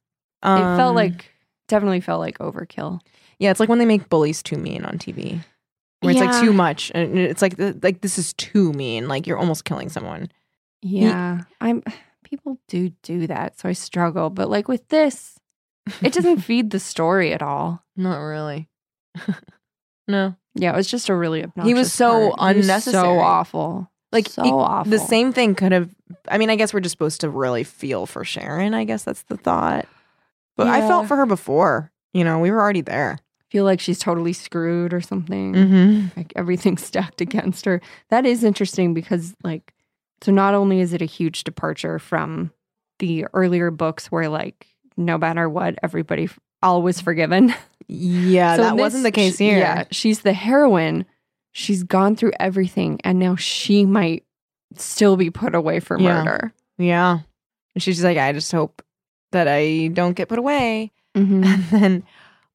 S2: Um,
S1: felt like definitely felt like overkill.
S2: Yeah, it's like when they make bullies too mean on TV. Where it's
S1: Yeah.
S2: like too much and it's like th- like this is too mean. Like you're almost killing someone.
S1: Yeah, I'm. People do do that, so I struggle. But like with this, it doesn't feed the story at all.
S2: Not really. no.
S1: Yeah, it was just a really obnoxious.
S2: so
S1: part. He was
S2: unnecessary.
S1: so awful.
S2: Like,
S1: so
S2: it-
S1: awful.
S2: The same thing could have I mean, I guess we're just supposed to really feel for Sharon. I guess that's the thought. But I felt
S1: Yeah.
S2: for her before. You know, we were already there.
S1: Feel like she's totally screwed or something.
S2: Mm-hmm.
S1: like everything's stacked against her. That is interesting because like so not only is it a huge departure from the earlier books where like no matter what everybody f- all was forgiven.
S2: Yeah,
S1: So
S2: that
S1: in this,
S2: wasn't the case
S1: she-
S2: here.
S1: Yeah, she's the heroine. She's gone through everything and now she might still be put away for
S2: Yeah.
S1: murder.
S2: Yeah. And she's just like, I just hope that I don't get put away.
S1: Mhm.
S2: And then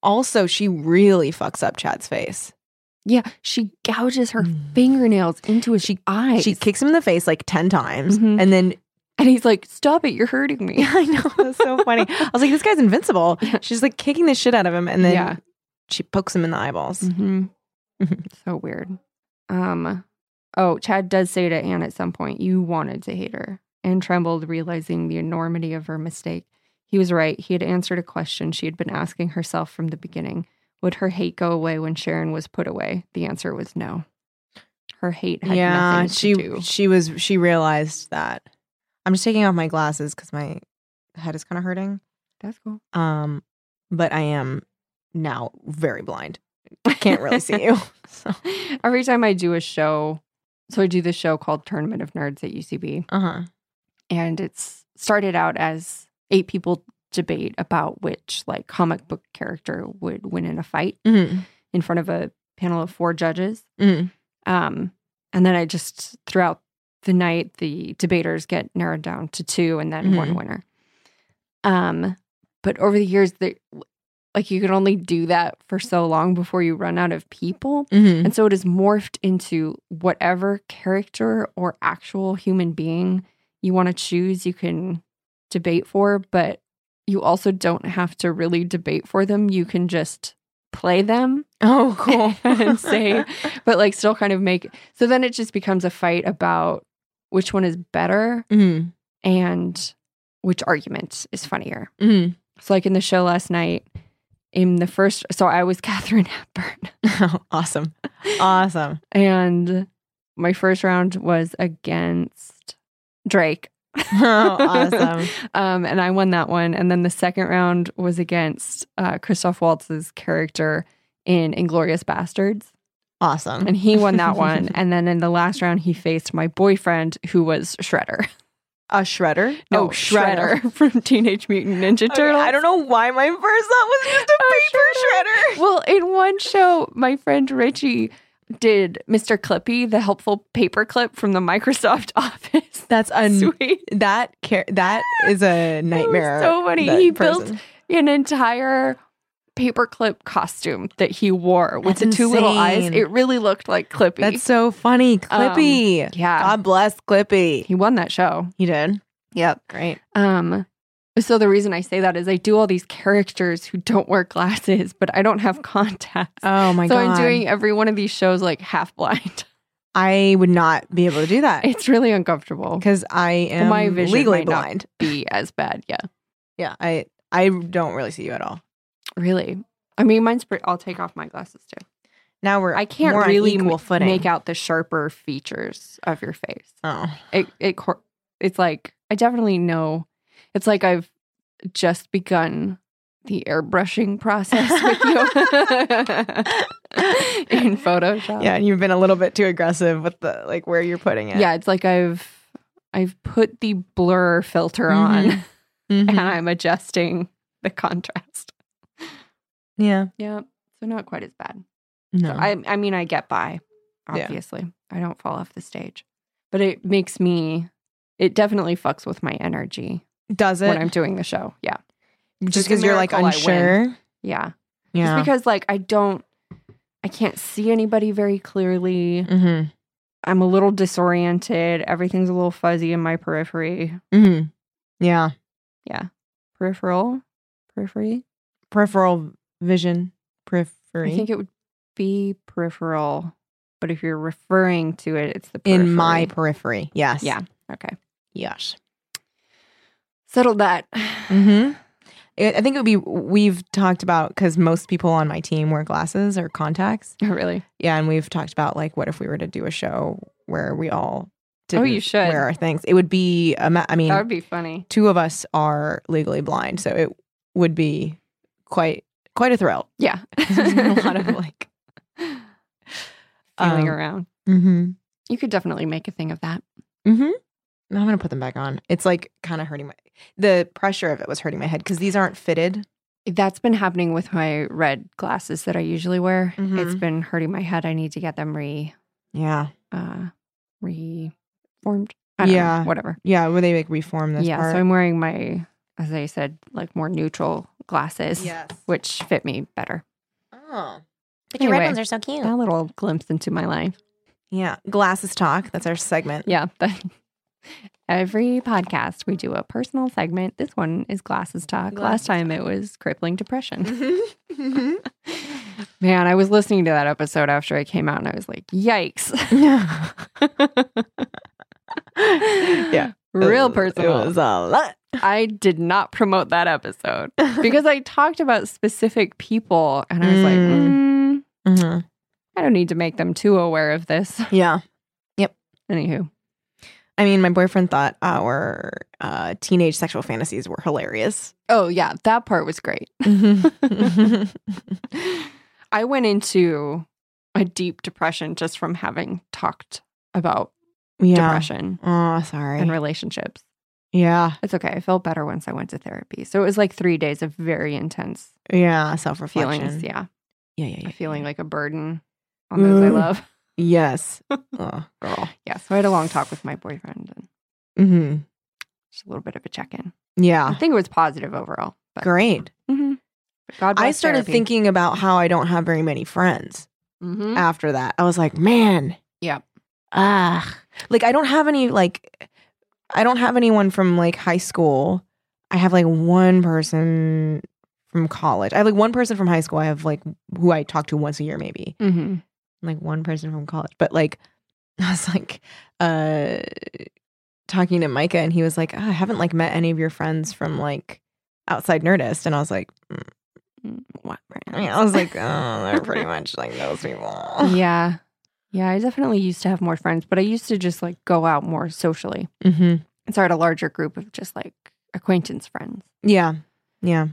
S2: also she really fucks up Chad's face.
S1: Yeah, she gouges her fingernails into his
S2: Mm. She-
S1: eyes.
S2: She kicks him in the face Mm-hmm. like 10 times.
S1: Mhm.
S2: And then,
S1: and he's like, "Stop it, you're hurting me."
S2: I know, that's so funny. I was like, this guy's invincible.
S1: Yeah.
S2: She's like kicking the shit out of him. And then
S1: Yeah.
S2: she pokes him in the eyeballs.
S1: hmm
S2: Mhm.
S1: so weird. Um, oh, Chad does say to Anne at some point, "You wanted to hate her," and trembled, realizing the enormity of her mistake. He was right. He had answered a question she had been asking herself from the beginning: Would her hate go away when Sharon was put away? The answer was no. Her hate had
S2: yeah.
S1: nothing to
S2: She,
S1: do.
S2: she was, she realized that. I'm just taking off my glasses because my head is kind of hurting.
S1: That's cool.
S2: Um, but I am now very blind. Can't really see you. So,
S1: Every time I do a show, so I do this show called Tournament of Nerds at UCB.
S2: uh huh.
S1: and it's started out as eight people debate about which like comic book character would win in a fight
S2: Mm-hmm.
S1: in front of a panel of four judges
S2: Mm.
S1: um and then i just throughout the night the debaters get narrowed down to two and then one
S2: Mhm.
S1: winner um but over the years they like you can only do that for so long before you run out of people
S2: Mm-hmm.
S1: and so it is morphed into whatever character or actual human being you want to choose, you can debate for, but you also don't have to really debate for them. You can just play them,
S2: Oh, cool.
S1: And say- but like still kind of make. So then it just becomes a fight about which one is better
S2: Mm,
S1: and which argument is funnier.
S2: mm.
S1: So, like in the show last night, in the first, so I was Catherine Hepburn,
S2: Mm-hmm. awesome. Awesome.
S1: and my first round was against Drake.
S2: Oh, awesome.
S1: Um, and I won that one. And then the second round was against uh, Christoph Waltz's character in Inglorious Bastards,
S2: Awesome.
S1: and he won that one. and then in the last round, he faced my boyfriend, who was Shredder.
S2: A shredder?
S1: No, Shredder. from Teenage Mutant Ninja
S2: Okay,
S1: Turtles.
S2: I don't know why my first thought was just a paper shredder.
S1: Well, in one show, my friend Richie did Mr. Clippy, the helpful paperclip from the Microsoft Office.
S2: That's a
S1: Sweet.
S2: that care that is a nightmare.
S1: so funny.
S2: that
S1: He built-
S2: person.
S1: An entire paperclip costume that he wore with
S2: That's
S1: the two little eyes.
S2: insane.
S1: It really looked like Clippy.
S2: That's so funny, Clippy.
S1: Um, yeah.
S2: God bless Clippy.
S1: He won that show.
S2: He did
S1: Yep.
S2: great.
S1: Um so the reason I say that is I do all these characters who don't wear glasses, but I don't have contacts.
S2: Oh my
S1: so
S2: god!
S1: I'm doing every one of these shows like half blind.
S2: I would not be able to do that
S1: It's really uncomfortable.
S2: because I am
S1: my vision
S2: legally
S1: might not-
S2: blind.
S1: Be as bad, yeah.
S2: Yeah, I I don't really see you at all.
S1: Really? I mean, mine's pretty. I'll take off my glasses too.
S2: Now we're
S1: I can't
S2: more on
S1: really
S2: equal
S1: m-
S2: footing.
S1: make out the sharper features of your face.
S2: Oh,
S1: It it cor- it's like I definitely know. It's like I've just begun the airbrushing process with you in Photoshop.
S2: yeah, and you've been a little bit too aggressive with the like where you're putting it.
S1: yeah. It's like I've I've put the blur filter on
S2: Mhm. Mhm.
S1: and I'm adjusting the contrast.
S2: yeah.
S1: Yeah, so not quite as bad.
S2: No,
S1: I, I mean, I get by,
S2: Yeah.
S1: obviously. I don't fall off the stage, but it makes me, it definitely fucks with my energy
S2: does
S1: when
S2: it
S1: I'm doing the show. Yeah. it's
S2: just
S1: a
S2: because you're like oh,
S1: miracle I win.
S2: unsure?
S1: Yeah.
S2: Yeah.
S1: Just because, like, I don't, I can't see anybody very clearly.
S2: Mm-hmm.
S1: I'm a little disoriented. Everything's a little fuzzy in my periphery.
S2: Mm-hmm. Yeah.
S1: Peripheral? Periphery?
S2: Peripheral vision. Periphery.
S1: I think it would be peripheral, but if you're referring to it, it's the periphery.
S2: in my periphery. Yes.
S1: Yeah. Okay.
S2: Yes.
S1: Settle that.
S2: Mm-hmm. I I think it would be we've talked about because most people on my team wear glasses or contacts.
S1: Oh, really?
S2: Yeah, and we've talked about like what if we were to do a show where we all
S1: Oh,
S2: didn't
S1: you should.
S2: wear our things. It would be a ma- I mean,
S1: That would be funny.
S2: two of us are legally blind, so it would be quite quite a thrill.
S1: Yeah.
S2: There's been a lot of like
S1: feeling
S2: um,
S1: around.
S2: Mm-hmm.
S1: You could definitely make a thing of that.
S2: Mm-hmm. I'm gonna put them back on. It's like kind of hurting my the pressure of it was hurting my head because these aren't fitted.
S1: That's been happening with my red glasses that I usually wear.
S2: Mhm.
S1: It's been hurting my head. I need to get them re
S2: Yeah.
S1: uh reformed. I don't
S2: Yeah.
S1: know, whatever.
S2: Yeah, where they like reform this
S1: yeah,
S2: part.
S1: so I'm wearing my as I said, like more neutral glasses,
S2: yes.
S1: which fit me better.
S2: Oh.
S1: But your red Anyway. ones
S2: are so cute.
S1: A little glimpse into my life.
S2: Yeah. Glasses talk. That's our segment.
S1: Yeah. that- Every podcast we do a personal segment. This one is glasses talk. Last
S2: Glasses Mm-hmm.
S1: time it was crippling depression.
S2: Mhm.
S1: Man, I was listening to that episode after I came out and I was like, yikes.
S2: yeah.
S1: Real
S2: It was-
S1: personal.
S2: It was a lot.
S1: I did not promote that episode because I talked about specific people and I was like, mm,
S2: Mhm.
S1: I don't need to make them too aware of this.
S2: Yeah.
S1: Anywho,
S2: I mean, my boyfriend thought our uh, teenage sexual fantasies were hilarious.
S1: oh, yeah, that part was great. Mm-hmm. I went into a deep depression just from having talked about
S2: yeah.
S1: depression
S2: Oh, sorry.
S1: and relationships.
S2: yeah.
S1: It's okay. I felt better once I went to therapy. So it was like three days of very intense
S2: Yeah. Self
S1: feelings.
S2: reflection.
S1: Yeah.
S2: Yeah. Yeah. yeah.
S1: feeling like a burden on those I
S2: Mm.
S1: love.
S2: Yes. oh, girl.
S1: Yeah. So I had a long talk with my boyfriend and
S2: hmm
S1: just a little bit of a check in. I
S2: Yeah.
S1: think it was positive overall. But,
S2: Great.
S1: Mhm. But God
S2: I started thinking about how I don't have very many friends
S1: hmm
S2: after that. I was like, man.
S1: Yep.
S2: Ah. Like I don't have any like I don't have anyone from like high school. I have like one person from college. I have like one person from high school. I have like who I talk to once a year, maybe.
S1: Mm-hmm.
S2: And, like one person from college. But like, I was like, uh, talking to Micah, and he was like, oh, I haven't like met any of your friends from like outside Nerdist, and I was like, mm.
S1: What
S2: I mean, I was like, oh, they're pretty much like those people.
S1: yeah. Yeah, I definitely used to have more friends, but I used to just like go out more socially.
S2: hmm
S1: And so I had a larger group of just like acquaintance friends.
S2: Yeah. Yeah.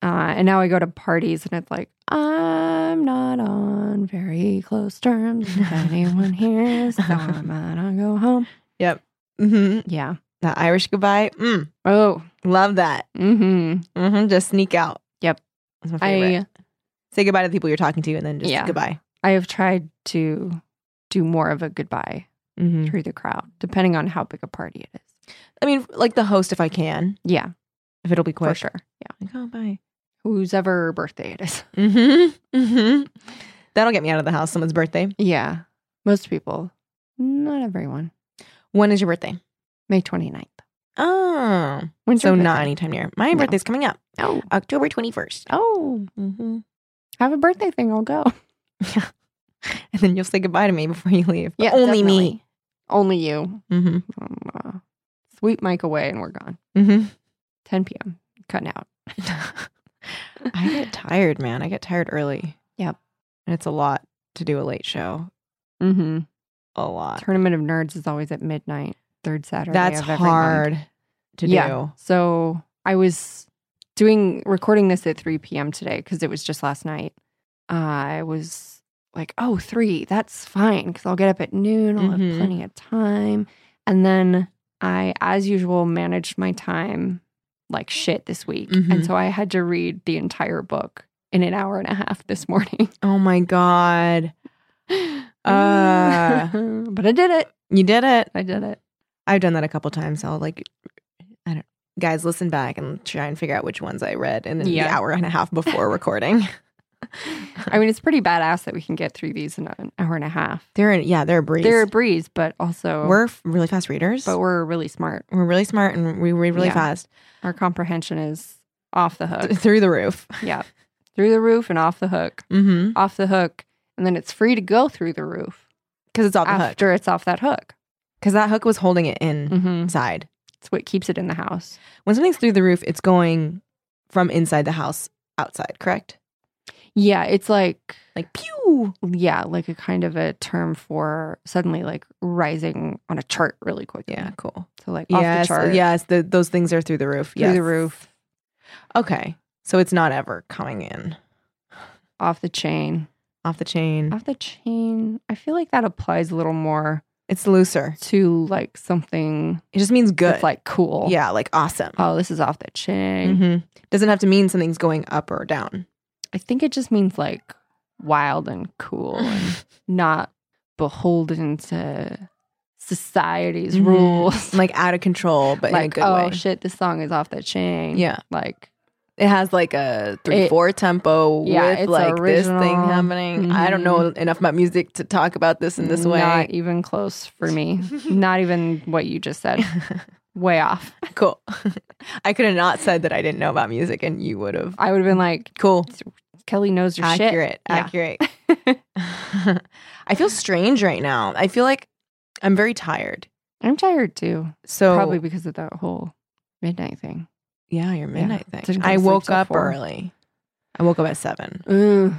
S1: Uh, and now I go to parties and it's like, I'm not on very close terms with anyone here, so I'm gonna go home.
S2: hmm
S1: Yeah.
S2: The Irish goodbye. Mm,
S1: Oh,
S2: love that.
S1: mm-hmm.
S2: hmm Just sneak out.
S1: Yep.
S2: That's my favorite.
S1: I
S2: Say goodbye to the people you're talking to, and then just
S1: Yeah.
S2: goodbye.
S1: I have tried to do more of a goodbye
S2: Mm-hmm.
S1: through the crowd, depending on how big a party it is.
S2: I mean, like the host, if I can,
S1: Yeah,
S2: if it'll be
S1: for
S2: quick.
S1: sure. Yeah,
S2: Like, oh, bye.
S1: whose ever birthday it is.
S2: Mm-hmm. Mm-hmm. That'll get me out of the house. Someone's birthday.
S1: Yeah, most people, not everyone.
S2: When is your birthday?
S1: May 29th.
S2: Oh,
S1: When's
S2: so
S1: your
S2: not
S1: birthday?
S2: anytime near. My
S1: No.
S2: birthday's coming up
S1: Oh,
S2: October 21st.
S1: oh,
S2: Mm-hmm.
S1: have a birthday thing. I'll go.
S2: And then you'll say goodbye to me before you leave. But
S1: Yeah,
S2: only me.
S1: Only you.
S2: Mm-hmm.
S1: Um, uh, sweep Mike away, and we're gone.
S2: Mm-hmm.
S1: 10 p.m. Cutting out.
S2: I get tired, man. I get tired early.
S1: Yep.
S2: And it's a lot to do a late show.
S1: Mm-hmm.
S2: A lot.
S1: Tournament of Nerds is always at midnight, third Saturday.
S2: That's
S1: of every month.
S2: hard to
S1: Yeah.
S2: do.
S1: So I was doing recording this at 3 p.m. today because it was just last night. I was like, oh, three, that's fine because I'll get up at noon. I'll
S2: Mhm.
S1: have plenty of time. And then I, as usual, managed my time like shit this week.
S2: Mhm.
S1: And so I had to read the entire book in an hour and a half this morning.
S2: Oh my God. Uh.
S1: but I did it.
S2: You did it.
S1: I did it.
S2: I've done that a couple times. I'll like, I don't Guys, listen back and try and figure out which ones I read in the
S1: Yeah.
S2: hour and a half before recording.
S1: I mean, it's pretty badass that we can get through these in an hour and a half.
S2: They're, yeah, they're a breeze.
S1: They're a breeze, but also
S2: we're f- really fast readers,
S1: but we're really smart.
S2: we're really smart and we read really
S1: Yeah.
S2: fast
S1: Our comprehension is off the hook.
S2: through the roof.
S1: yeah. Through the roof and off the hook.
S2: Mm-hmm.
S1: Off the hook. And then it's free to go through the roof
S2: Because it's off the hook.
S1: after it's off that hook.
S2: Because that hook was holding it in
S1: Mm-hmm.
S2: inside.
S1: It's what keeps it in the house.
S2: When something's through the roof, it's going from inside the house outside, correct?
S1: Yeah, it's like
S2: Like pew.
S1: yeah, like a kind of a term for suddenly like rising on a chart really quickly.
S2: Yeah, cool.
S1: So like off
S2: Yes,
S1: the chart.
S2: yes. The, those things are through the roof.
S1: Through
S2: yes.
S1: the roof,
S2: Okay, so it's not ever coming in
S1: off the chain.
S2: off the chain.
S1: Off the chain. I feel like that applies a little more
S2: It's looser.
S1: to like something
S2: It just means good.
S1: that's like cool.
S2: yeah, like awesome.
S1: oh, this is off the chain.
S2: Mhm. Doesn't have to mean something's going up or down.
S1: I think it just means like wild and cool and not beholden to society's
S2: Mhm.
S1: rules.
S2: like out of control, but in a
S1: like,
S2: good
S1: oh
S2: way.
S1: shit, this song is off the chain.
S2: Yeah.
S1: Like,
S2: It has like a three
S1: It-
S2: four tempo
S1: Yeah,
S2: with
S1: it's
S2: like
S1: original. Mm-hmm.
S2: this thing happening. I don't know enough about music to talk about this in this
S1: not
S2: way.
S1: even close for me. not even what you just said. Way off.
S2: cool. I could have not said that I didn't know about music, and you would have.
S1: I would have been like,
S2: Cool,
S1: Kelly knows your shit.
S2: accurate,
S1: Yeah.
S2: accurate. I feel strange right now. I feel like I'm very tired.
S1: I'm tired too.
S2: So
S1: Probably because of that whole midnight thing.
S2: yeah, your midnight thing.
S1: Didn't go
S2: I
S1: to sleep
S2: woke
S1: till
S2: up
S1: four.
S2: early. I woke up at seven.
S1: Ooh.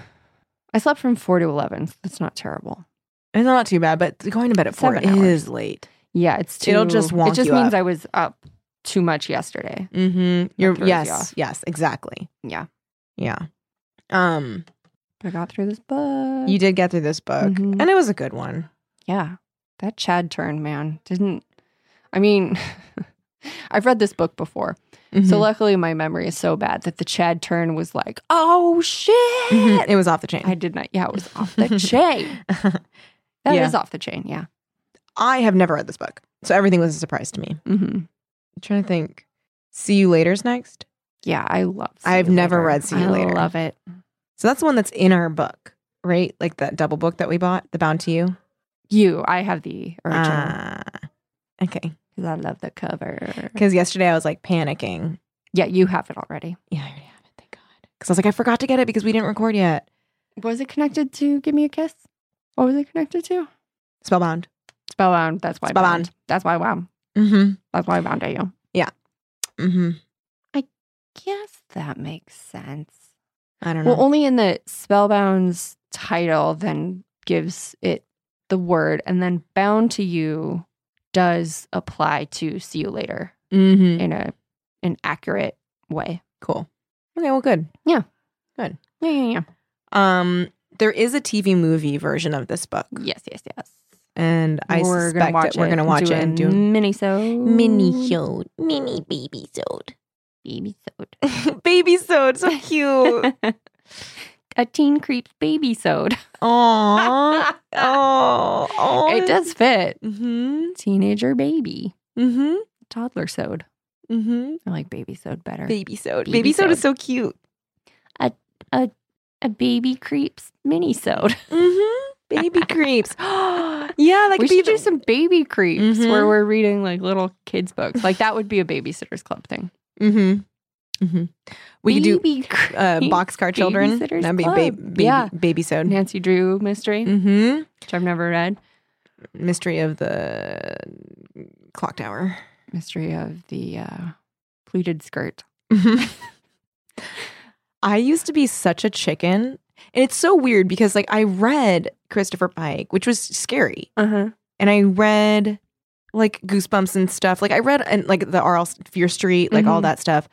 S1: I slept from four to 11. So that's not terrible.
S2: It's not too bad, but going to bed at four
S1: Seven hours.
S2: is late.
S1: Yeah, it's too.
S2: It'll just wonk
S1: It just
S2: you
S1: means
S2: up.
S1: I was up too much yesterday.
S2: Mm-hmm. You're
S1: throws you
S2: yes,
S1: off.
S2: yes, exactly.
S1: Yeah,
S2: Yeah. Um,
S1: but I got through this book.
S2: you did get through this book,
S1: Mhm.
S2: and it was a good one.
S1: yeah, that Chad turn man didn't. I mean, I've read this book before, so
S2: Mhm.
S1: luckily my memory is so bad that the Chad turn was like, oh shit.
S2: Mhm. it was off the chain.
S1: I did not. Yeah, it was off the chain. That is
S2: Yeah.
S1: off the chain. Yeah.
S2: I have never read this book, so everything was a surprise to me.
S1: hmm
S2: I'm trying to think. See you later's next.
S1: Yeah, I love. See
S2: I've
S1: You
S2: never
S1: Later.
S2: read See You
S1: I
S2: Later.
S1: Love it.
S2: So that's the one that's in our book, right? Like that double book that we bought, The Bound to You.
S1: You, I have the original
S2: Ah, okay.
S1: because because I love the cover.
S2: Because yesterday I was like panicking.
S1: Yeah, you have it already.
S2: Yeah, I already have it. Thank God. Because I was like, I forgot to get it because we didn't record yet.
S1: Was it connected to Give Me a Kiss? What was it connected to?
S2: Spellbound.
S1: Spellbound. That's why
S2: Spellbound.
S1: bound. That's why wow.
S2: Mm-hmm.
S1: That's why I bound at you.
S2: Mm-hmm.
S1: Yes, that makes sense.
S2: I don't know.
S1: Well, only in the Spellbound's title then gives it the word, and then Bound to You does apply to See You Later
S2: mm-hmm.
S1: in a an accurate way.
S2: Cool. Okay, well, good.
S1: Yeah, yeah, yeah.
S2: Um, there is a TV movie version of this book,
S1: Yes, yes, yes.
S2: and I suspect that we're going to watch it and do a
S1: mini so
S2: show, mini baby sode,
S1: baby
S2: baby sode, so cute.
S1: a teen creeps baby sode.
S2: Aww, oh, oh,
S1: It does fit.
S2: Mm-hmm.
S1: Teenager baby,
S2: Mm-hmm.
S1: toddler sode.
S2: Mm-hmm.
S1: I like baby sode better.
S2: Baby sode.
S1: Baby
S2: Baby, sode is so cute.
S1: a baby creeps mini sode.
S2: Mm-hmm. Baby creeps. yeah, that
S1: we
S2: could be
S1: should do Mm-hmm.
S2: the-
S1: some baby creeps
S2: Mhm.
S1: where we're reading like little kids books. Like that would be a babysitters club thing.
S2: Mm-hmm. Mm-hmm. We could do
S1: baby creeps.
S2: uh, boxcar children.
S1: Babysitter's
S2: That'd be ba-
S1: Club.
S2: baby,
S1: Yeah.
S2: baby sode.
S1: Nancy Drew mystery,
S2: Mm-hmm.
S1: which I've never read.
S2: Mystery of the clock tower.
S1: Mystery of the uh, pleated skirt.
S2: I used to be such a chicken. And it's so weird because like I read Christopher Pike, which was scary.
S1: Uh huh.
S2: And I read like Goosebumps and stuff. Like I read and like the RL Fear Street, like all
S1: Mhm.
S2: that stuff.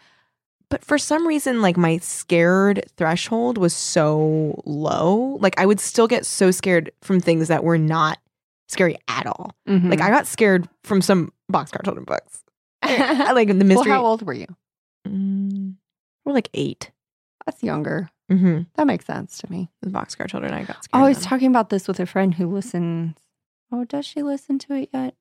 S2: But for some reason, like my scared threshold was so low. Like I would still get so scared from things that were not scary at all.
S1: Mm-hmm. Mm.
S2: Like I got scared from some boxcar children books. I like the
S1: well,
S2: mystery.
S1: how old were you?
S2: Mm, we're like eight.
S1: That's younger.
S2: Mm-hmm. Oh,
S1: That makes sense to me.
S2: The boxcar children. I got scared.
S1: I was
S2: of.
S1: Oh, talking about this with a friend who listens. Oh, does she listen to it yet?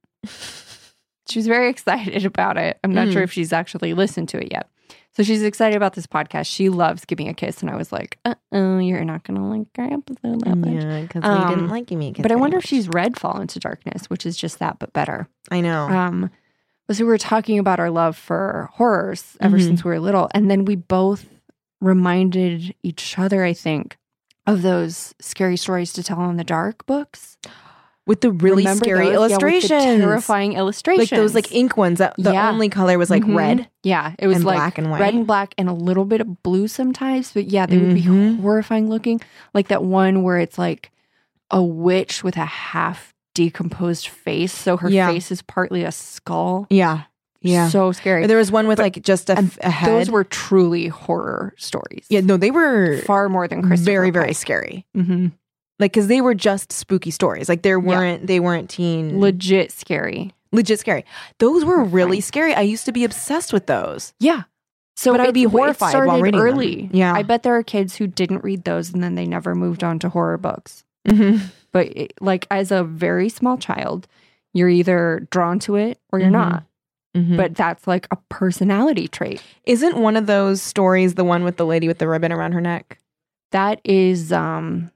S1: She was very excited about it. I'm not
S2: Mm.
S1: sure if she's actually listened to it yet. So she's excited about this podcast. She loves giving a kiss. And I was like, uh oh, you're not going to like our episode that much.
S2: yeah, because
S1: Um,
S2: we didn't like you, me.
S1: But I wonder if she's read Fall into Darkness, which is just that, but better.
S2: I know.
S1: Um, so we were talking about our love for horrors ever
S2: Mhm.
S1: since we were little. And then we both reminded each other, I think, of those scary stories to tell in the dark books.
S2: with the really
S1: Remember
S2: scary
S1: those? Yeah, with the
S2: illustrations,
S1: terrifying illustrations.
S2: like those like ink ones. That the
S1: Yeah.
S2: only color was like
S1: Mhm.
S2: red
S1: Yeah, it was
S2: and
S1: like
S2: black and white.
S1: red and black and a little bit of blue sometimes. But yeah, they would be
S2: Mhm.
S1: horrifying looking. Like that one where it's like a witch with a half decomposed face. So her
S2: Yeah.
S1: face is partly a skull.
S2: yeah, yeah.
S1: So scary.
S2: Or there was one with like just a,
S1: and
S2: f- a head.
S1: Those were truly horror stories.
S2: yeah, no, they were
S1: Far more than Christopher.
S2: very very mm-hmm. scary.
S1: hmm
S2: Like because they were just spooky stories. Like there
S1: Yeah.
S2: weren't they weren't teen
S1: Legit scary.
S2: legit scary. Those were really
S1: Horrifying.
S2: scary. I used to be obsessed with those.
S1: Yeah. So
S2: But I would
S1: it-
S2: be
S1: it
S2: horrified while
S1: started
S2: reading them.
S1: early.
S2: Yeah.
S1: I bet there are kids who didn't read those and then they never moved on to horror books.
S2: Mm-hmm.
S1: but it, like as a very small child you're either drawn to it or you're
S2: Mhm.
S1: not but that's like a personality trait
S2: Isn't one of those stories the one with the lady with the ribbon around her neck?
S1: that is um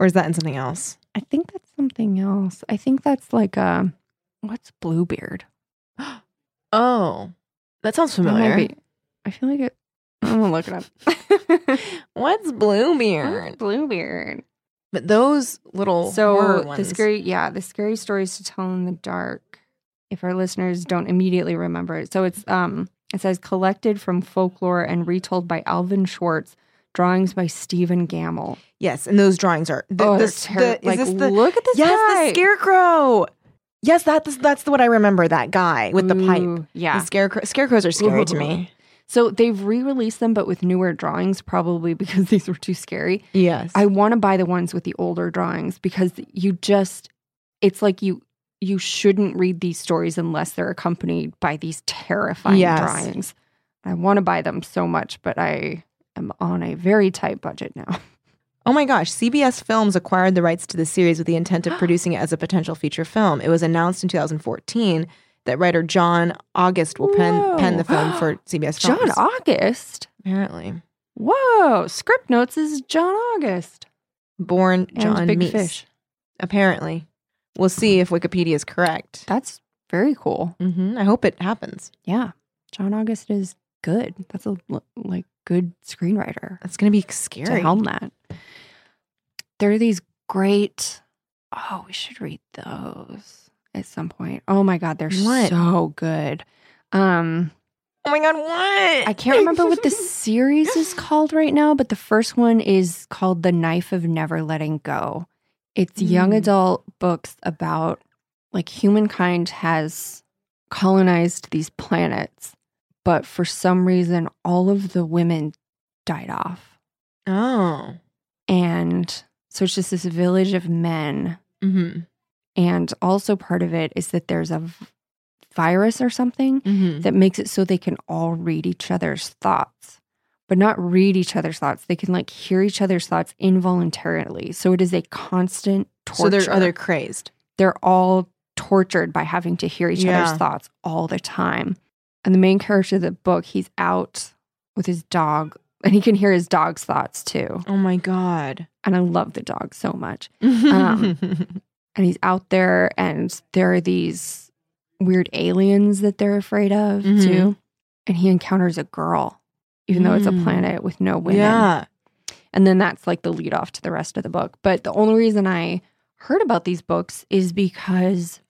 S2: Or is that in something else?
S1: i think that's something else i think that's like um what's bluebeard
S2: Oh, that sounds
S1: That might
S2: familiar.
S1: be- i feel like it i'm gonna look it up
S2: What's Bluebeard?
S1: bluebeard
S2: But those little horror
S1: so the
S2: ones.
S1: scary yeah the scary stories to tell in the dark if our listeners don't immediately remember it so it's um it says collected from folklore and retold by alvin schwartz drawings by stephen gamble
S2: Yes, and those drawings are. The,
S1: oh
S2: the,
S1: they're
S2: the-
S1: terri-
S2: is
S1: like
S2: this the?
S1: look at this
S2: yes,
S1: guy.
S2: the scarecrow. Yes, that, that's that's the what I remember. That guy with the pipe.
S1: Ooh, Mm, yeah
S2: The scarecrow. Scarecrows are scary to me.
S1: so they've re-released them but with newer drawings probably because these were too scary
S2: Yes.
S1: I want to buy the ones with the older drawings because you just it's like you you shouldn't read these stories unless they're accompanied by these terrifying
S2: Yes.
S1: drawings. I want to buy them so much, but I am on a very tight budget now.
S2: Oh my gosh, CBS Films acquired the rights to the series with the intent of producing it as a potential feature film. It was announced in 2014 that writer John August will pen, pen the
S1: Whoa.
S2: film for CBS Films.
S1: John August.
S2: apparently.
S1: Whoa, script notes is John August.
S2: Born
S1: And
S2: John
S1: Big
S2: Meese.
S1: Fish.
S2: Apparently. We'll see if Wikipedia is correct.
S1: That's Very cool.
S2: Mm-hmm. I hope it happens.
S1: Yeah. John August is good. That's a l- like good screenwriter
S2: That's going to be
S1: to
S2: scary.
S1: helm that. There are these great. Oh, we should read those at some point. Oh my god, they're
S2: What?
S1: so good. Um,
S2: Oh my god, what?
S1: I can't remember what the series is called right now, but the first one is called The Knife of Never Letting Go. It's young
S2: Mm.
S1: adult books about like humankind has colonized these planets, but for some reason, all of the women died off.
S2: oh.
S1: And so it's just this village of men.
S2: Mm-hmm.
S1: And also part of it is that there's a v- virus or something
S2: Mm-hmm.
S1: that makes it so they can all read each other's thoughts, but not read each other's thoughts. They can like hear each other's thoughts involuntarily. So it is a constant
S2: So
S1: torture.
S2: they're oh, they're crazed.
S1: They're all tortured by having to hear each
S2: Yeah.
S1: other's thoughts all the time. And the main character of the book, he's out with his dog and he can hear his dog's thoughts too.
S2: Oh my god.
S1: And I love the dog so much. Um, And he's out there and there are these weird aliens that they're afraid of
S2: Mhm.
S1: too. And he encounters a girl, even though it's a
S2: Mm.
S1: planet with no women.
S2: yeah.
S1: And then that's like the lead off to the rest of the book. But the only reason I heard about these books is because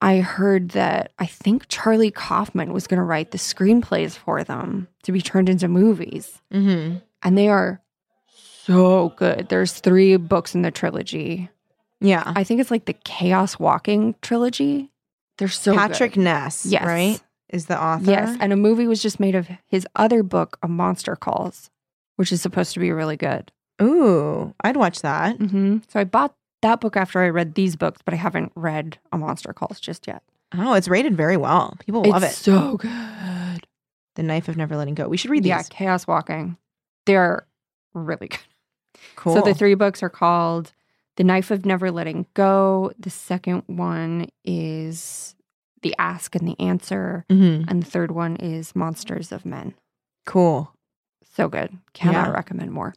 S1: I heard that I think Charlie Kaufman was going to write the screenplays for them to be turned into movies.
S2: Mm-hmm.
S1: And they are so good. There's three books in the trilogy.
S2: Yeah.
S1: I think it's like the Chaos Walking trilogy. They're so
S2: Patrick
S1: good.
S2: Ness,
S1: Yes.
S2: right? Is the author?
S1: Yes, and a movie was just made of his other book, A Monster Calls, which is supposed to be really good.
S2: Ooh, I'd watch that.
S1: hmm So I bought that book after I read these books, but I haven't read A Monster Calls just yet.
S2: Oh, it's rated very well. People love
S1: it's
S2: it.
S1: so good.
S2: The Knife of Never Letting Go. We should read these.
S1: Yeah, Chaos Walking. They're really good.
S2: cool.
S1: So the three books are called The Knife of Never Letting Go. The second one is The Ask and the Answer.
S2: Mhm.
S1: And the third one is Monsters of Men.
S2: Cool.
S1: So good. Cannot
S2: Yeah.
S1: recommend more.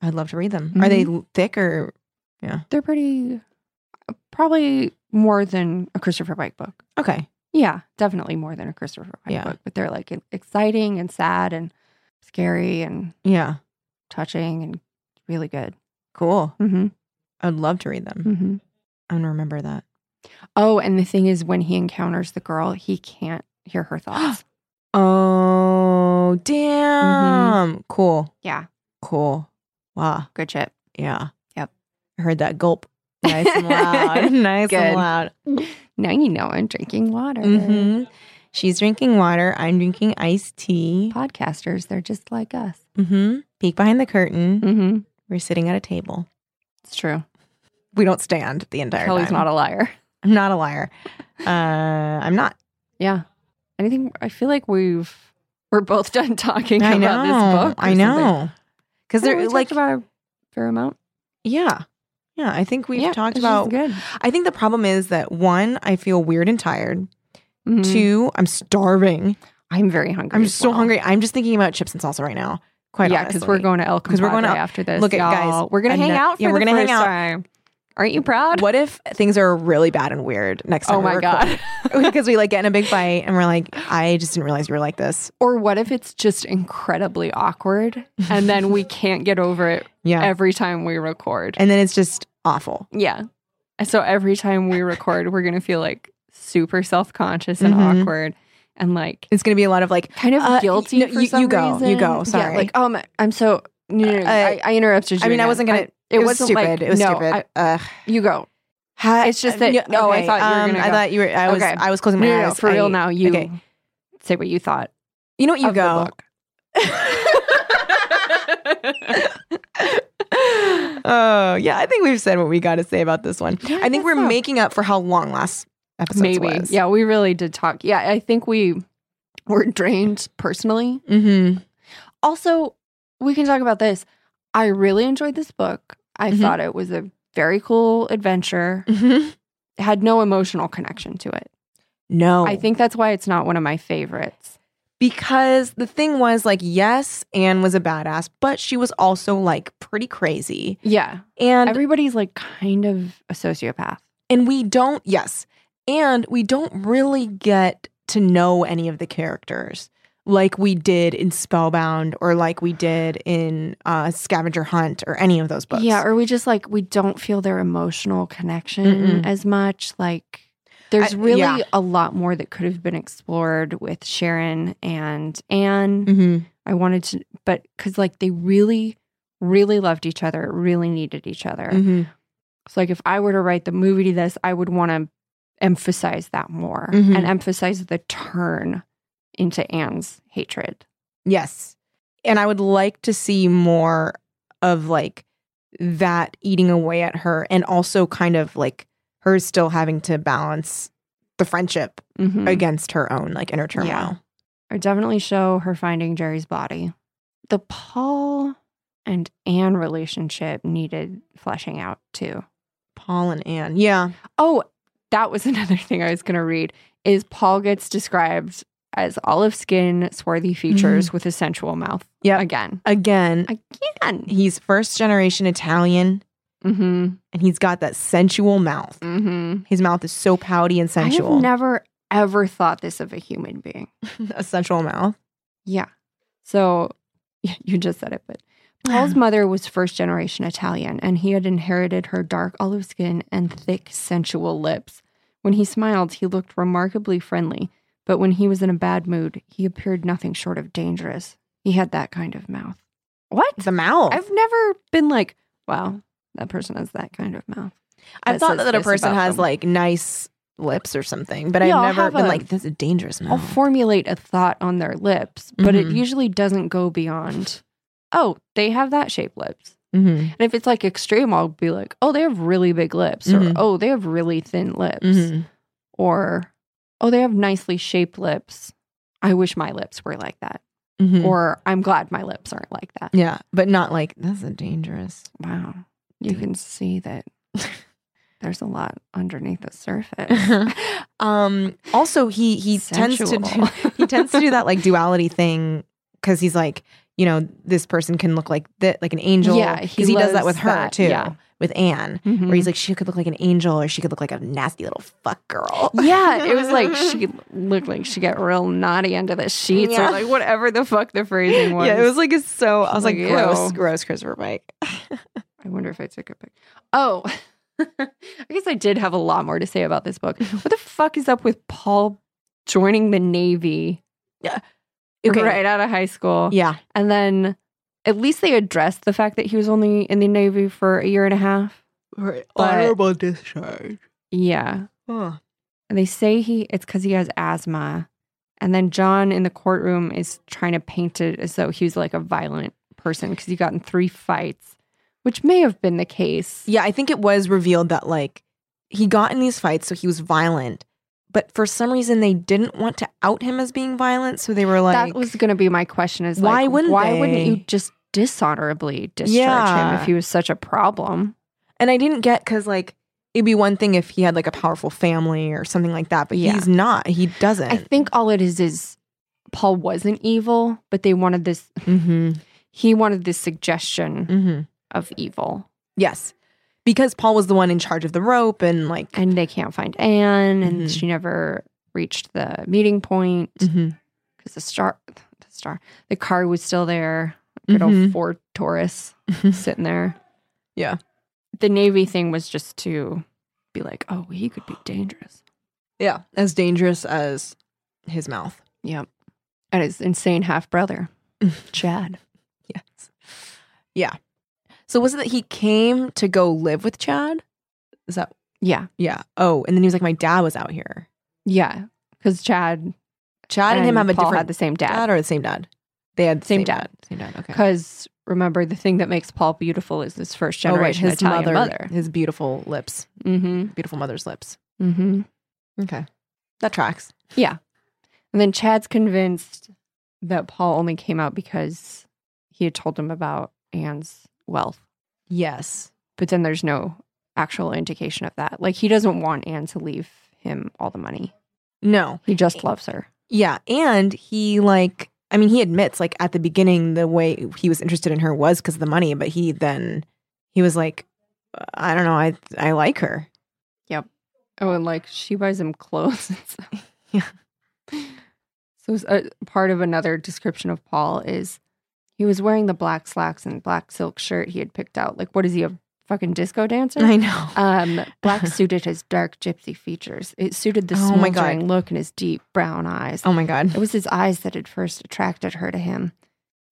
S2: I'd love to read them. Are
S1: Mm-hmm.
S2: they l- thick or?
S1: They're pretty, uh, probably more than a Christopher Pike book.
S2: Okay.
S1: Yeah, definitely more than a Christopher Pike
S2: Yeah.
S1: book. But they're like exciting and sad and scary and
S2: Yeah.
S1: touching and really good.
S2: Cool.
S1: Mm-hmm.
S2: I'd love to read them.
S1: Mm-hmm.
S2: I'm gonna remember that.
S1: Oh, and the thing is, when he encounters the girl, he can't hear her thoughts.
S2: Oh, damn.
S1: Mm-hmm.
S2: Cool.
S1: yeah,
S2: Cool. Wow.
S1: good shit.
S2: Yeah.
S1: Yep.
S2: I heard that gulp. Nice and loud. nice
S1: Good.
S2: and loud.
S1: Now you know I'm drinking water.
S2: hmm She's drinking water. I'm drinking iced tea.
S1: Podcasters, they're just like us.
S2: Mm-hmm. Peek behind the curtain.
S1: Mm-hmm.
S2: We're sitting at a table.
S1: It's true.
S2: We don't stand the entire
S1: Kelly's
S2: time.
S1: not a liar.
S2: I'm not a liar. Uh, I'm not.
S1: Yeah. Anything? I feel like we've we're both done talking
S2: I know.
S1: about this book. or
S2: I
S1: something.
S2: know. Because
S1: Yeah, we
S2: they're
S1: talked
S2: like,
S1: about a fair amount.
S2: yeah, yeah. I think we've
S1: Yeah,
S2: talked
S1: it's just
S2: about.
S1: good.
S2: I think the problem is that one, I feel weird and tired.
S1: Mhm.
S2: Two, I'm starving.
S1: I'm very hungry.
S2: I'm
S1: as
S2: so
S1: well.
S2: hungry. I'm just thinking about chips and salsa right now. Quite
S1: yeah, because we're
S2: honestly.
S1: going to El
S2: 'Cause we're going
S1: Compadre
S2: to-
S1: after this.
S2: Look at-
S1: y'all.
S2: guys,
S1: We're gonna hang
S2: enough-
S1: out. For
S2: yeah, we're
S1: the
S2: gonna hang
S1: first
S2: out.
S1: Time. Aren't you proud?
S2: What if things are really bad and weird next time?
S1: Oh my god.
S2: Because we like get in a big fight and we're like, I just didn't realize you were like this.
S1: or what if it's just incredibly awkward, and then we can't get over it
S2: Yeah.
S1: every time we record?
S2: and then it's just awful.
S1: yeah. And So every time we record, we're gonna feel like super self conscious and
S2: Mhm.
S1: awkward, and like
S2: It's going to be a lot of like,
S1: kind of
S2: Uh,
S1: guilty
S2: no,
S1: for
S2: you-
S1: some
S2: you go.
S1: reason.
S2: You go.
S1: Yeah,
S2: Sorry.
S1: like um, I'm so no, no, no,
S2: Uh,
S1: I, I interrupted you.
S2: I mean, I
S1: again.
S2: wasn't gonna-
S1: it, wasn't
S2: stupid.
S1: Like,
S2: it was
S1: no,
S2: stupid.
S1: I-
S2: Ugh.
S1: you go. It's just that- no, I thought you were gonna
S2: um, I
S1: go.
S2: thought you were. I was.
S1: Okay.
S2: I was closing
S1: No,
S2: my
S1: no, no,
S2: eyes
S1: for real
S2: I-
S1: now. You
S2: okay.
S1: say what you thought.
S2: You know what? You
S1: of the
S2: go.
S1: book.
S2: oh yeah, I think we've said what we got to say about this one.
S1: Yeah, I
S2: I think
S1: guess
S2: we're
S1: so.
S2: making up for how long last episode
S1: Maybe.
S2: was.
S1: Yeah, we really did talk. Yeah, I think we were drained personally.
S2: Mm-hmm.
S1: Also, we can talk about this. I really enjoyed this book. I
S2: Mhm.
S1: thought it was a very cool adventure.
S2: mm-hmm.
S1: It had no emotional connection to it.
S2: No,
S1: I think that's why it's not one of my favorites.
S2: because the thing was like, yes, Anne was a badass, but she was also like pretty crazy,
S1: Yeah.
S2: and
S1: Everybody's like kind of a sociopath.
S2: and we don't yes And we don't really get to know any of the characters like we did in Spellbound or like we did in uh, Scavenger Hunt or any of those books.
S1: Yeah, or we just like we don't feel their emotional connection
S2: Mm-mm.
S1: as much. Like there's
S2: I-
S1: really
S2: yeah.
S1: a lot more that could have been explored with Sharon and Anne.
S2: Mhm.
S1: I wanted to but cuz like they really really loved each other, really needed each other.
S2: Mhm.
S1: So like if I were to write the movie to this, I would want to emphasize that more
S2: Mhm.
S1: and emphasize the turn into Anne's hatred.
S2: Yes. And I would like to see more of like that eating away at her and also kind of like her still having to balance the friendship
S1: Mhm.
S2: against her own like inner turmoil.
S1: Yeah. or definitely show her finding Jerry's body. The Paul and Anne relationship needed fleshing out too.
S2: Paul and Anne. Yeah.
S1: Oh, that was another thing I was going to read is Paul gets described as olive skin, swarthy features with a sensual mouth.
S2: Mm-hmm. Yep.
S1: Again.
S2: Again,
S1: Again.
S2: he's first generation Italian
S1: Mhm.
S2: and he's got that sensual mouth.
S1: Mhm.
S2: His mouth is so pouty and
S1: I
S2: sensual.
S1: have never ever thought this of a human being.
S2: a sensual mouth.
S1: Yeah. So yeah, you just said it, but Paul's mother was first generation Italian, and he had inherited her dark olive skin and thick, sensual lips. When he smiled, he looked remarkably friendly, but when he was in a bad mood, he appeared nothing short of dangerous. He had that kind of mouth. What?
S2: The mouth.
S1: I've never been like, wow, that person has that kind of mouth.
S2: I
S1: that
S2: thought
S1: says
S2: that a
S1: this
S2: person
S1: about
S2: has
S1: them.
S2: like nice lips or something, but
S1: Yeah, I'll
S2: I've never
S1: have
S2: been
S1: a-
S2: like, this is a dangerous
S1: I'll
S2: mouth.
S1: formulate a thought on their lips, but it
S2: Mhm.
S1: usually doesn't go beyond, oh, they have that shaped lips.
S2: Mhm.
S1: And if it's like extreme, I'll be like, oh, they have really big lips, or
S2: Mhm.
S1: oh, they have really thin lips,
S2: Mhm.
S1: or oh, they have nicely shaped lips. I wish my lips were like that,
S2: Mhm.
S1: or I'm glad my lips aren't like that.
S2: yeah, but not like, that's a dangerous.
S1: Wow. You
S2: Dude.
S1: can see that there's a lot underneath the surface.
S2: um also he he tends to
S1: Sensual.
S2: do, he tends to do that like duality thing cuz he's like you know this person can look like that like an angel
S1: Yeah, he
S2: cuz he does that
S1: loves
S2: with her
S1: that,
S2: too
S1: yeah.
S2: with Anne
S1: Mm-hmm.
S2: where he's like she could look like an angel or she could look like a nasty little fuck girl
S1: yeah, it was like she looked like she got real naughty under the sheets
S2: Yeah.
S1: or like whatever the fuck the phrasing was.
S2: yeah it was like it's so I was like,
S1: Like,
S2: gross
S1: ew.
S2: gross Christopher Pike
S1: I wonder if I took a pic. Oh, I guess I did have a lot more to say about this book. What the fuck is up with Paul joining the Navy right out of high school?
S2: yeah
S1: And then at least they addressed the fact that he was only in the Navy for a year and a half. Honorable
S2: discharge
S1: Yeah.
S2: oh.
S1: And they say he it's because he has asthma. And then John in the courtroom is trying to paint it as though he was like a violent person because he got in three fights, which may have been the case.
S2: yeah I think it was revealed that like he got in these fights so he was violent but for some reason they didn't want to out him as being violent so they were like
S1: that was going to be my question is
S2: Why
S1: like,
S2: wouldn't
S1: why wouldn't
S2: they?
S1: you just dishonorably discharge
S2: Yeah.
S1: him if he was such a problem
S2: And I didn't get because like it'd be one thing if he had like a powerful family or something like that, but
S1: Yeah.
S2: he's not. He doesn't.
S1: i think all it is is paul wasn't evil but they wanted this
S2: mm-hmm.
S1: he wanted this suggestion
S2: Mm-hmm.
S1: of evil
S2: Yes, because Paul was the one in charge of the rope and like.
S1: and they can't find anne and
S2: Mhm.
S1: she never reached the meeting point because
S2: Mhm.
S1: the star the star the car was still there good old
S2: Mhm.
S1: ford taurus
S2: Mm-hmm.
S1: sitting there
S2: Yeah.
S1: the navy thing was just to be like oh he could be dangerous
S2: yeah, as dangerous as his mouth.
S1: Yep. And his insane half brother, Chad.
S2: Yes. Yeah. So was it that he came to go live with Chad? Is that
S1: Yeah.
S2: yeah? Oh, and then he was like, my dad was out here.
S1: Yeah. Because Chad
S2: Chad and, him have a
S1: Paul
S2: different
S1: had the same
S2: dad.
S1: dad.
S2: or the same dad. They had the same,
S1: Same
S2: dad. oh,
S1: dad.
S2: Same dad. Okay.
S1: Because remember, the thing that makes Paul beautiful is this first
S2: Oh, right.
S1: generation
S2: His
S1: Italian
S2: mother,
S1: mother.
S2: his beautiful lips.
S1: Mm-hmm.
S2: beautiful mother's lips.
S1: Mm-hmm.
S2: Okay. That tracks.
S1: And then Chad's convinced that Paul only came out because he had told him about Anne's wealth.
S2: Yes.
S1: But then there's no actual indication of that. Like he doesn't want Anne to leave him all the money.
S2: No.
S1: He just loves her.
S2: Yeah. And he, like, I mean, he admits, like, at the beginning, the way he was interested in her was because of the money, but he then, he was like, I don't know, I, I like her.
S1: Yep. Oh, and like she buys him clothes and stuff.
S2: Yeah.
S1: So it's, uh, part of another description of Paul is he was wearing the black slacks and black silk shirt he had picked out. Like, what is he, a fucking disco dancer?
S2: I know.
S1: Um, black suited his dark gypsy features. It suited the
S2: Oh my
S1: smoldering
S2: God.
S1: look in his deep brown eyes.
S2: oh my God.
S1: It was his eyes that had first attracted her to him.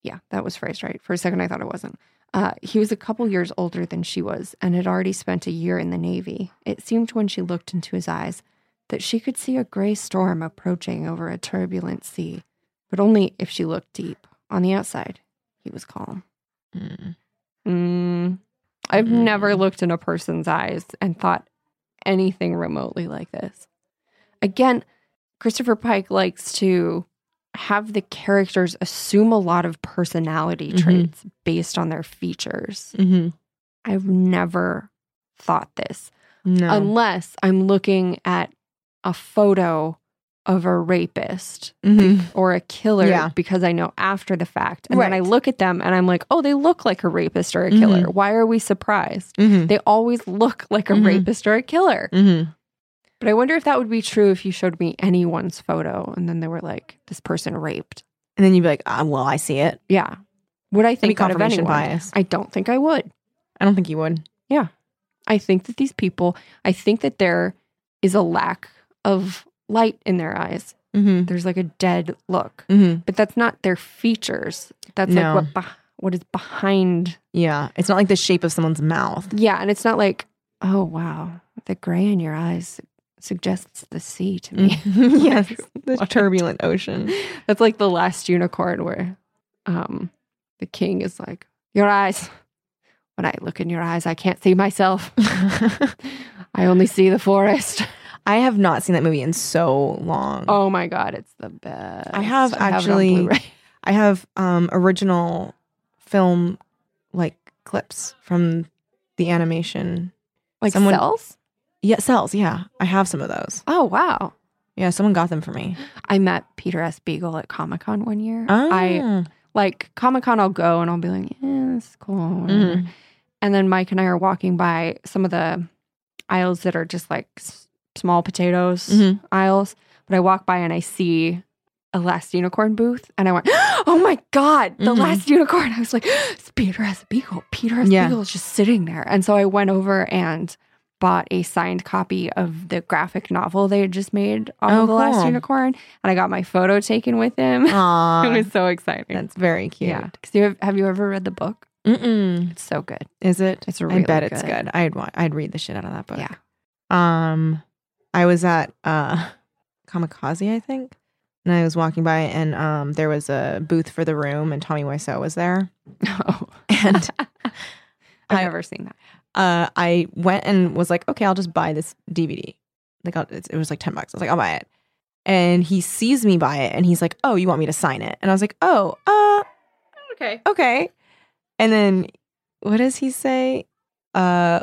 S1: Yeah, that was phrased right. For a second, I thought it wasn't. Uh, he was a couple years older than she was and had already spent a year in the Navy. It seemed when she looked into his eyes that she could see a gray storm approaching over a turbulent sea, but only if she looked deep. On the outside, he was calm.
S2: Mm.
S1: Mm, I've never
S2: Mm.
S1: looked in a person's eyes and thought anything remotely like this. Again, Christopher Pike likes to have the characters assume a lot of personality
S2: Mhm.
S1: traits based on their features.
S2: Mhm.
S1: I've never thought this
S2: No.
S1: unless I'm looking at a photo of a rapist
S2: Mhm.
S1: or a killer
S2: Yeah.
S1: because I know after the fact. And then I
S2: Right. Mm-hmm.
S1: look at them and I'm like, oh, they look like a rapist or a killer. Why are we surprised?
S2: Mhm.
S1: They always look like a
S2: Mhm.
S1: rapist or a killer.
S2: Mhm.
S1: But I wonder if that would be true if you showed me anyone's photo and then they were like, this person raped.
S2: And then you'd be like, ah, well, I see it.
S1: Yeah. Would I
S2: It'd be
S1: think that of
S2: confirmation
S1: anyone?
S2: bias.
S1: I don't think I would.
S2: I don't think you would.
S1: I think that these people, I think that there is a lack of light in their eyes.
S2: Mm-hmm.
S1: There's like a dead look.
S2: Mm-hmm.
S1: but that's not their features. That's
S2: No.
S1: like what beh- what is behind.
S2: Yeah. It's not like the shape of someone's mouth.
S1: Yeah, and it's not like, oh wow, the gray in your eyes suggests the sea to me.
S2: yes. The
S1: What?
S2: turbulent ocean.
S1: that's like the last unicorn where um the king is like, your eyes. When I look in your eyes, I can't see myself. I only see the forest.
S2: I have not seen that movie in so long.
S1: Oh my god, it's the best.
S2: I have
S1: it on
S2: actually-
S1: Blu-ray.
S2: I have um, original film like clips from the animation.
S1: like
S2: someone-
S1: cells.
S2: Yeah, cells. Yeah, I have some of those.
S1: Oh wow,
S2: Yeah, someone got them for me.
S1: I met Peter S. Beagle at Comic Con one year.
S2: Ah.
S1: I like Comic Con, I'll go and I'll be like, yeah, this is cool. whatever."
S2: Mhm.
S1: And then Mike and I are walking by some of the aisles that are just like s- small potatoes
S2: Mhm.
S1: aisles. But I walk by and I see a Last Unicorn booth and I went, oh my God, the
S2: Mhm.
S1: Last Unicorn. I was like, it's Peter S. Beagle. Peter S.
S2: Yeah.
S1: Beagle is just sitting there. And so I went over and bought a signed copy of the graphic novel they had just made off
S2: Oh,
S1: of The Last
S2: cool.
S1: Unicorn. And I got my photo taken with him. it
S2: Aw,
S1: was so exciting.
S2: that's very cute.
S1: Yeah. Cause you have, have you ever read the book?
S2: Mm-mm.
S1: It's so good.
S2: Is it?
S1: It's really
S2: I bet
S1: good.
S2: it's good. I'd wa- I'd read the shit out of that book.
S1: Yeah.
S2: Um, I was at uh, Kamikaze, I think, and I was walking by, and um, there was a booth for the room, and Tommy Wiseau was there,
S1: Oh,
S2: and
S1: I've
S2: I-
S1: never seen that.
S2: uh, I went and was like, okay, I'll just buy this DVD. Like, I'll, it's- it was like 10 bucks. I was like, I'll buy it. And he sees me buy it and he's like, oh, you want me to sign it? And I was like, oh, uh,
S1: Okay.
S2: okay. And then what does he say? Uh,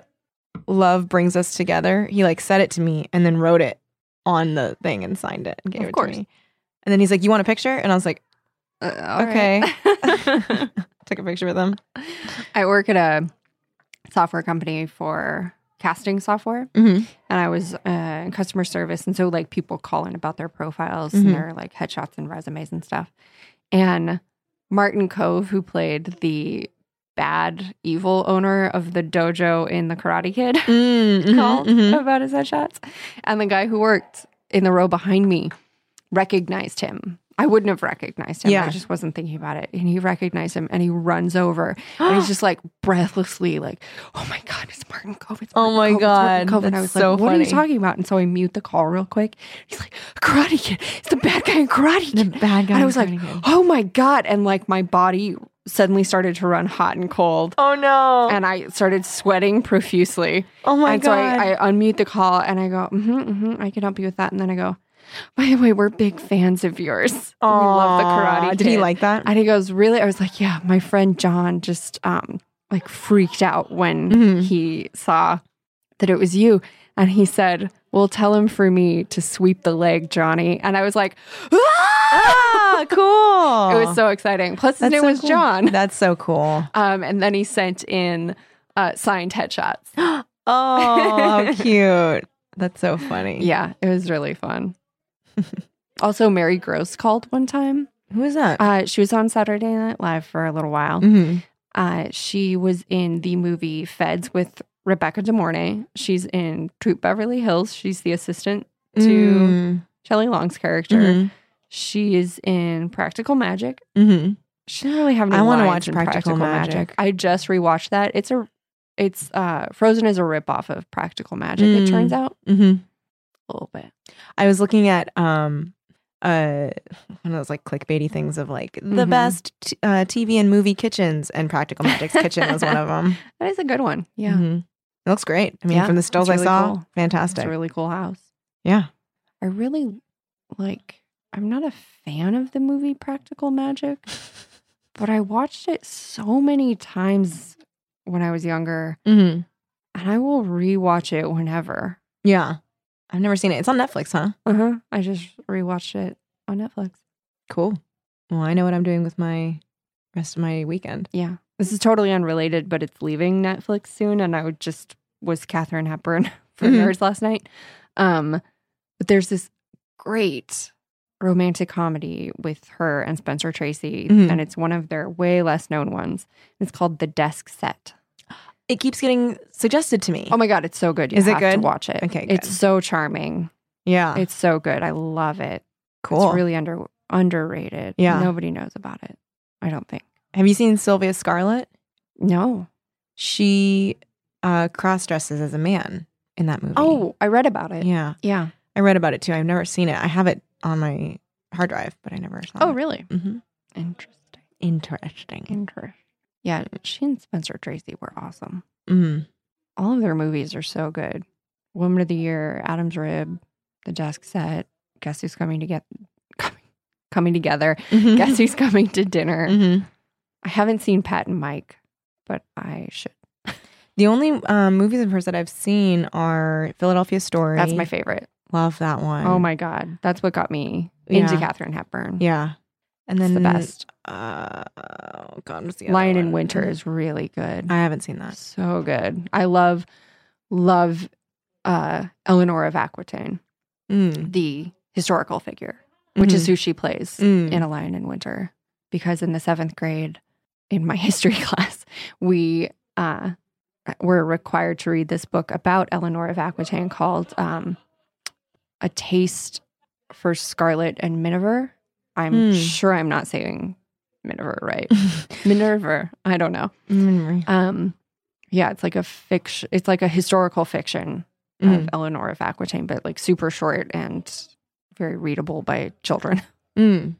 S2: love brings us together. He like said it to me and then wrote it on the thing and signed it and gave
S1: Of
S2: it
S1: course.
S2: to me. And then he's like, you want a picture? And I was like,
S1: Uh,
S2: Okay. took a picture with him.
S1: I work at a software company for casting software,
S2: Mm-hmm.
S1: and I was uh, in customer service. And so, like, people call in about their profiles
S2: Mhm.
S1: and their like headshots and resumes and stuff. And Martin Cove, who played the bad, evil owner of the dojo in The Karate Kid,
S2: Mm-hmm.
S1: called about his headshots. And the guy who worked in the row behind me recognized him. I wouldn't have recognized him.
S2: Yeah.
S1: I just wasn't thinking about it. And he recognized him and he runs over and
S2: mm-hmm.
S1: he's just like breathlessly like, Oh my God, it's Martin Cove. It's
S2: Oh
S1: Martin
S2: my
S1: Cove, it's Martin
S2: God,
S1: Cove." And I
S2: that's
S1: was
S2: so
S1: like, What are you
S2: funny.
S1: talking about? And so I mute the call real quick. He's like, Karate Kid. It's the bad guy in Karate Kid.
S2: the bad guy.
S1: and I was like,
S2: Karate Kid.
S1: Oh my God. And like my body suddenly started to run hot and cold.
S2: oh no.
S1: And I started sweating profusely
S2: oh my
S1: and
S2: God.
S1: so I, I unmute the call and I go, mm-hmm, mm-hmm, I can help you with that. And then I go, by the way, we're big fans of yours. We love the
S2: Aw,
S1: karate.
S2: Did he
S1: Kid."
S2: like that?
S1: And he goes, really? I was like, yeah. My friend John just um like freaked out when
S2: Mhm.
S1: he saw that it was you, and he said, "Well, tell him for me to sweep the leg, Johnny." And I was like, ah!
S2: ah, cool.
S1: It was so exciting. Plus, his
S2: That's
S1: name
S2: so
S1: was
S2: cool.
S1: John.
S2: That's so cool.
S1: Um, and then he sent in uh, signed headshots.
S2: Oh, how cute. That's so funny.
S1: Yeah, it was really fun. also, Mary Gross called one time.
S2: Who is that?
S1: Uh, she was on Saturday Night Live for a little while.
S2: Mhm.
S1: Uh, she was in the movie Feds with Rebecca De Mornay. She's in Troop Beverly Hills. She's the assistant to
S2: Mm.
S1: Shelley Long's character.
S2: Mhm.
S1: She is in Practical Magic.
S2: Mhm.
S1: She doesn't really have any
S2: I
S1: want
S2: wanna
S1: to
S2: watch Practical Magic.
S1: I just rewatched that. It's a it's uh Frozen is a ripoff of Practical Magic, it
S2: Mm.
S1: turns out.
S2: Mhm.
S1: A little bit.
S2: I was looking at um uh one of those like clickbaity things of like the
S1: Mhm.
S2: best t- uh, TV and movie kitchens and Practical Magic's kitchen was one of them.
S1: That is a good one. Yeah.
S2: Mhm. It looks great. I mean,
S1: Yeah,
S2: from the stills
S1: really
S2: I saw,
S1: cool. It's
S2: fantastic.
S1: a really cool house.
S2: yeah.
S1: I really like I'm not a fan of the movie Practical Magic, but I watched it so many times when I was younger
S2: Mm-hmm.
S1: and I will rewatch it whenever.
S2: Yeah. I've never seen it. It's on Netflix, huh?
S1: Uh-huh. I just rewatched it on Netflix.
S2: Cool. Well, I know what I'm doing with my rest of my weekend.
S1: Yeah. This is totally unrelated, but it's leaving Netflix soon. And I would just was Katherine Hepburn for
S2: Mhm.
S1: Nerds last night. Um, but there's this great romantic comedy with her and Spencer Tracy,
S2: Mhm.
S1: and it's one of their way less known ones. It's called The Desk Set.
S2: It keeps getting suggested to me.
S1: Oh my god, it's so good. You
S2: Is it
S1: have to
S2: good?
S1: watch it.
S2: Okay,
S1: It's
S2: good.
S1: so charming.
S2: yeah.
S1: It's so good. I love it.
S2: cool.
S1: It's really under underrated.
S2: Yeah.
S1: Nobody knows about it. I don't think.
S2: Have you seen Sylvia Scarlett?
S1: No.
S2: She uh, cross dresses as a man in that movie.
S1: Oh, I read about it.
S2: yeah.
S1: yeah.
S2: I read about it too. I've never seen it. I have it on my hard drive, but I never saw
S1: Oh,
S2: it.
S1: really?
S2: hmm
S1: Interesting.
S2: Interesting.
S1: Interesting. Yeah, she and Spencer Tracy were awesome.
S2: Mm.
S1: All of their movies are so good. Woman of the Year, Adam's Rib, The Desk Set, Guess Who's Coming to Get Coming Coming Together,
S2: Mm-hmm.
S1: Guess Who's Coming to Dinner.
S2: Mhm.
S1: I haven't seen Pat and Mike, but I should.
S2: The only um, movies of hers that I've seen are Philadelphia Story.
S1: That's my favorite.
S2: Love that one.
S1: Oh my god, that's what got me into
S2: Yeah.
S1: Katherine Hepburn.
S2: Yeah. And
S1: It's
S2: then
S1: the best.
S2: Uh, oh God, what's the other
S1: Lion in
S2: one?
S1: Winter is really good.
S2: I haven't seen that.
S1: So good. I love love uh Eleanor of Aquitaine.
S2: Mm.
S1: the historical figure, which is who she plays
S2: Mhm. Mm.
S1: in A Lion in Winter. Because in the seventh grade, in my history class, we uh, were required to read this book about Eleanor of Aquitaine called um, A Taste for Scarlet and Miniver. I'm
S2: Hmm.
S1: sure I'm not saying Miniver right. Minerva, I don't know.
S2: Mm.
S1: Um, yeah, it's like a fiction. It's like a historical fiction
S2: Mm,
S1: of Eleanor of Aquitaine, but like super short and very readable by children.
S2: Mm.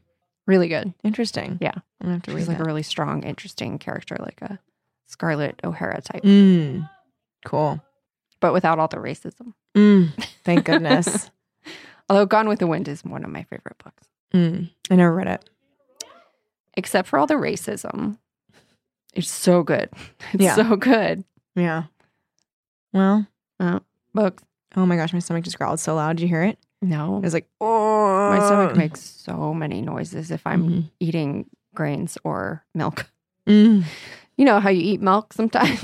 S1: really good.
S2: Interesting.
S1: Yeah.
S2: I'm gonna have to read
S1: She's like
S2: that.
S1: a really strong, interesting character, like a Scarlett O'Hara type,
S2: Mm. Cool.
S1: but without all the racism.
S2: Mm. Thank goodness.
S1: Although Gone with the Wind is one of my favorite books,
S2: mm. I never read it.
S1: except for all the racism. It's so good. It's
S2: Yeah.
S1: so good.
S2: Yeah. Well,
S1: Books.
S2: oh my gosh, my stomach just growled so loud. Did you hear it?
S1: No.
S2: It was like, oh,
S1: My stomach makes so many noises if I'm
S2: Mhm.
S1: eating grains or milk.
S2: Mm.
S1: You know how you eat milk sometimes?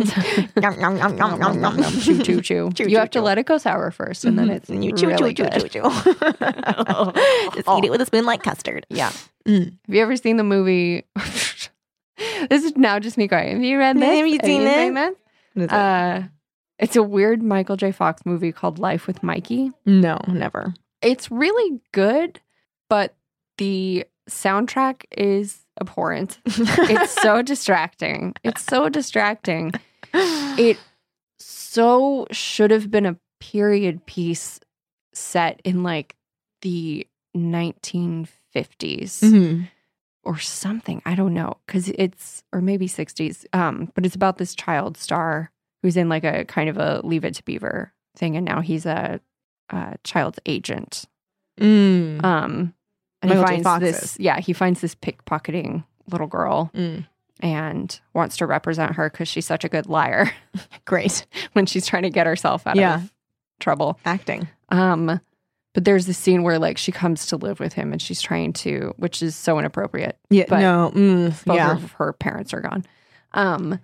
S2: Nom, nom, nom, nom, nom, nom.
S1: Chew, chew, chew.
S2: Chew,
S1: you
S2: chew,
S1: have to
S2: chew.
S1: let it go sour first, and then
S2: Mhm.
S1: it's
S2: And you
S1: chew,
S2: chew,
S1: really
S2: chew,
S1: good.
S2: chew, chew, chew. just eat it with a spoon like custard.
S1: Yeah.
S2: Mm.
S1: Have you ever seen the movie? this is now just me going. Have you read this?
S2: Have you seen
S1: this?
S2: What is it?
S1: Uh, it's a weird Michael J. Fox movie called Life with Mikey.
S2: no, never.
S1: It's really good, but the soundtrack is abhorrent. It's so distracting. It's so distracting. it so should have been a period piece set in like the 1950s
S2: Mhm.
S1: or something i don't know because it's or maybe 60s um but it's about this child star who's in like a kind of a leave it to beaver thing and now he's a, uh child's agent
S2: Mm.
S1: um and he
S2: Michael J.
S1: finds
S2: Fox
S1: this
S2: is.
S1: yeah he finds this pickpocketing little girl
S2: Mm.
S1: and wants to represent her because she's such a good liar
S2: Great
S1: when she's trying to get herself out
S2: Yeah.
S1: of trouble.
S2: acting.
S1: Um, but there's this scene where like she comes to live with him and she's trying to, which is so inappropriate.
S2: Yeah,
S1: But
S2: no, mm,
S1: Both
S2: yeah,
S1: of her parents are gone. Um,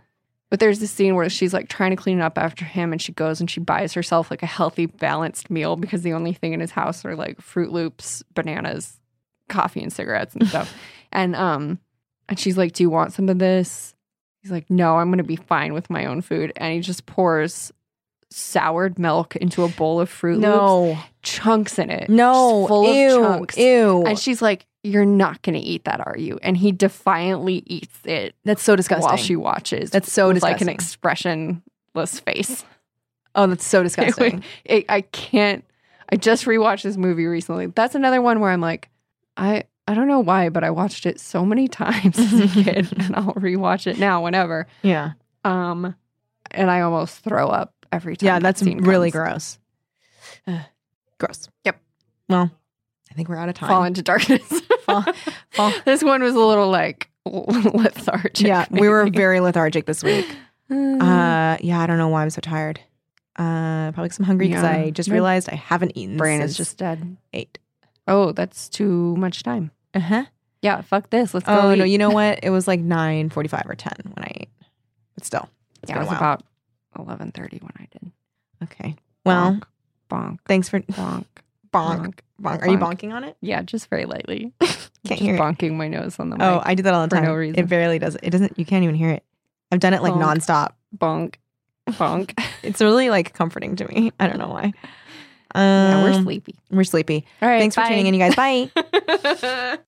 S1: But there's this scene where she's like trying to clean up after him and she goes and she buys herself like a healthy, balanced meal because the only thing in his house are like Fruit Loops, bananas, coffee, and cigarettes and stuff. and um and she's like, Do you want some of this? He's like, No, I'm gonna be fine with my own food. And he just pours soured milk into a bowl of Fruit Loops,
S2: No,
S1: chunks in it.
S2: no,
S1: just full of
S2: ew,
S1: chunks.
S2: ew.
S1: And she's like, You're not gonna eat that, are you? And he defiantly eats it
S2: that's so disgusting.
S1: while she watches.
S2: that's so
S1: with like
S2: disgusting.
S1: an expressionless face.
S2: oh, that's so
S1: It
S2: disgusting.
S1: was- it- I can't. I just rewatched this movie recently. That's another one where I'm like, I I don't know why, but I watched it so many times as a kid, and I'll rewatch it now whenever.
S2: yeah,
S1: Um, and I almost throw up every time.
S2: yeah,
S1: that
S2: that's
S1: scene
S2: really
S1: comes.
S2: gross. Ugh, gross.
S1: Yep.
S2: Well, I think we're out of time.
S1: Fall into darkness.
S2: Fall- fall-
S1: This one was a little like lethargic.
S2: yeah, we were
S1: maybe.
S2: very lethargic this week.
S1: Mm-hmm.
S2: Uh, yeah, I don't know why I'm so tired. Uh, probably 'cause I'm hungry because
S1: Yeah.
S2: I just
S1: My
S2: realized I haven't eaten.
S1: brain is
S2: since
S1: just dead.
S2: eight.
S1: Oh, that's too much time.
S2: Uh huh.
S1: Yeah, fuck this. Let's go.
S2: Oh no,
S1: eat.
S2: you know what? It was like nine forty-five or ten when I ate, but still, it's
S1: yeah, it
S2: been a
S1: was
S2: while.
S1: about eleven thirty when I did.
S2: okay. Well,
S1: bonk,
S2: thanks for
S1: bonk,
S2: bonk, bonk. Are you bonking on it?
S1: Yeah, just very lightly.
S2: Can't
S1: just
S2: hear it.
S1: bonking my nose on the mic.
S2: Oh, I do that all the
S1: for
S2: time.
S1: no reason.
S2: It barely does. It It doesn't. You can't even hear it. I've done it like
S1: Bonk.
S2: nonstop.
S1: bonk, bonk.
S2: It's really like comforting to me. I don't know why. Um,
S1: yeah, we're sleepy.
S2: We're sleepy.
S1: All right,
S2: Thanks for tuning in, you guys. Bye.
S1: in.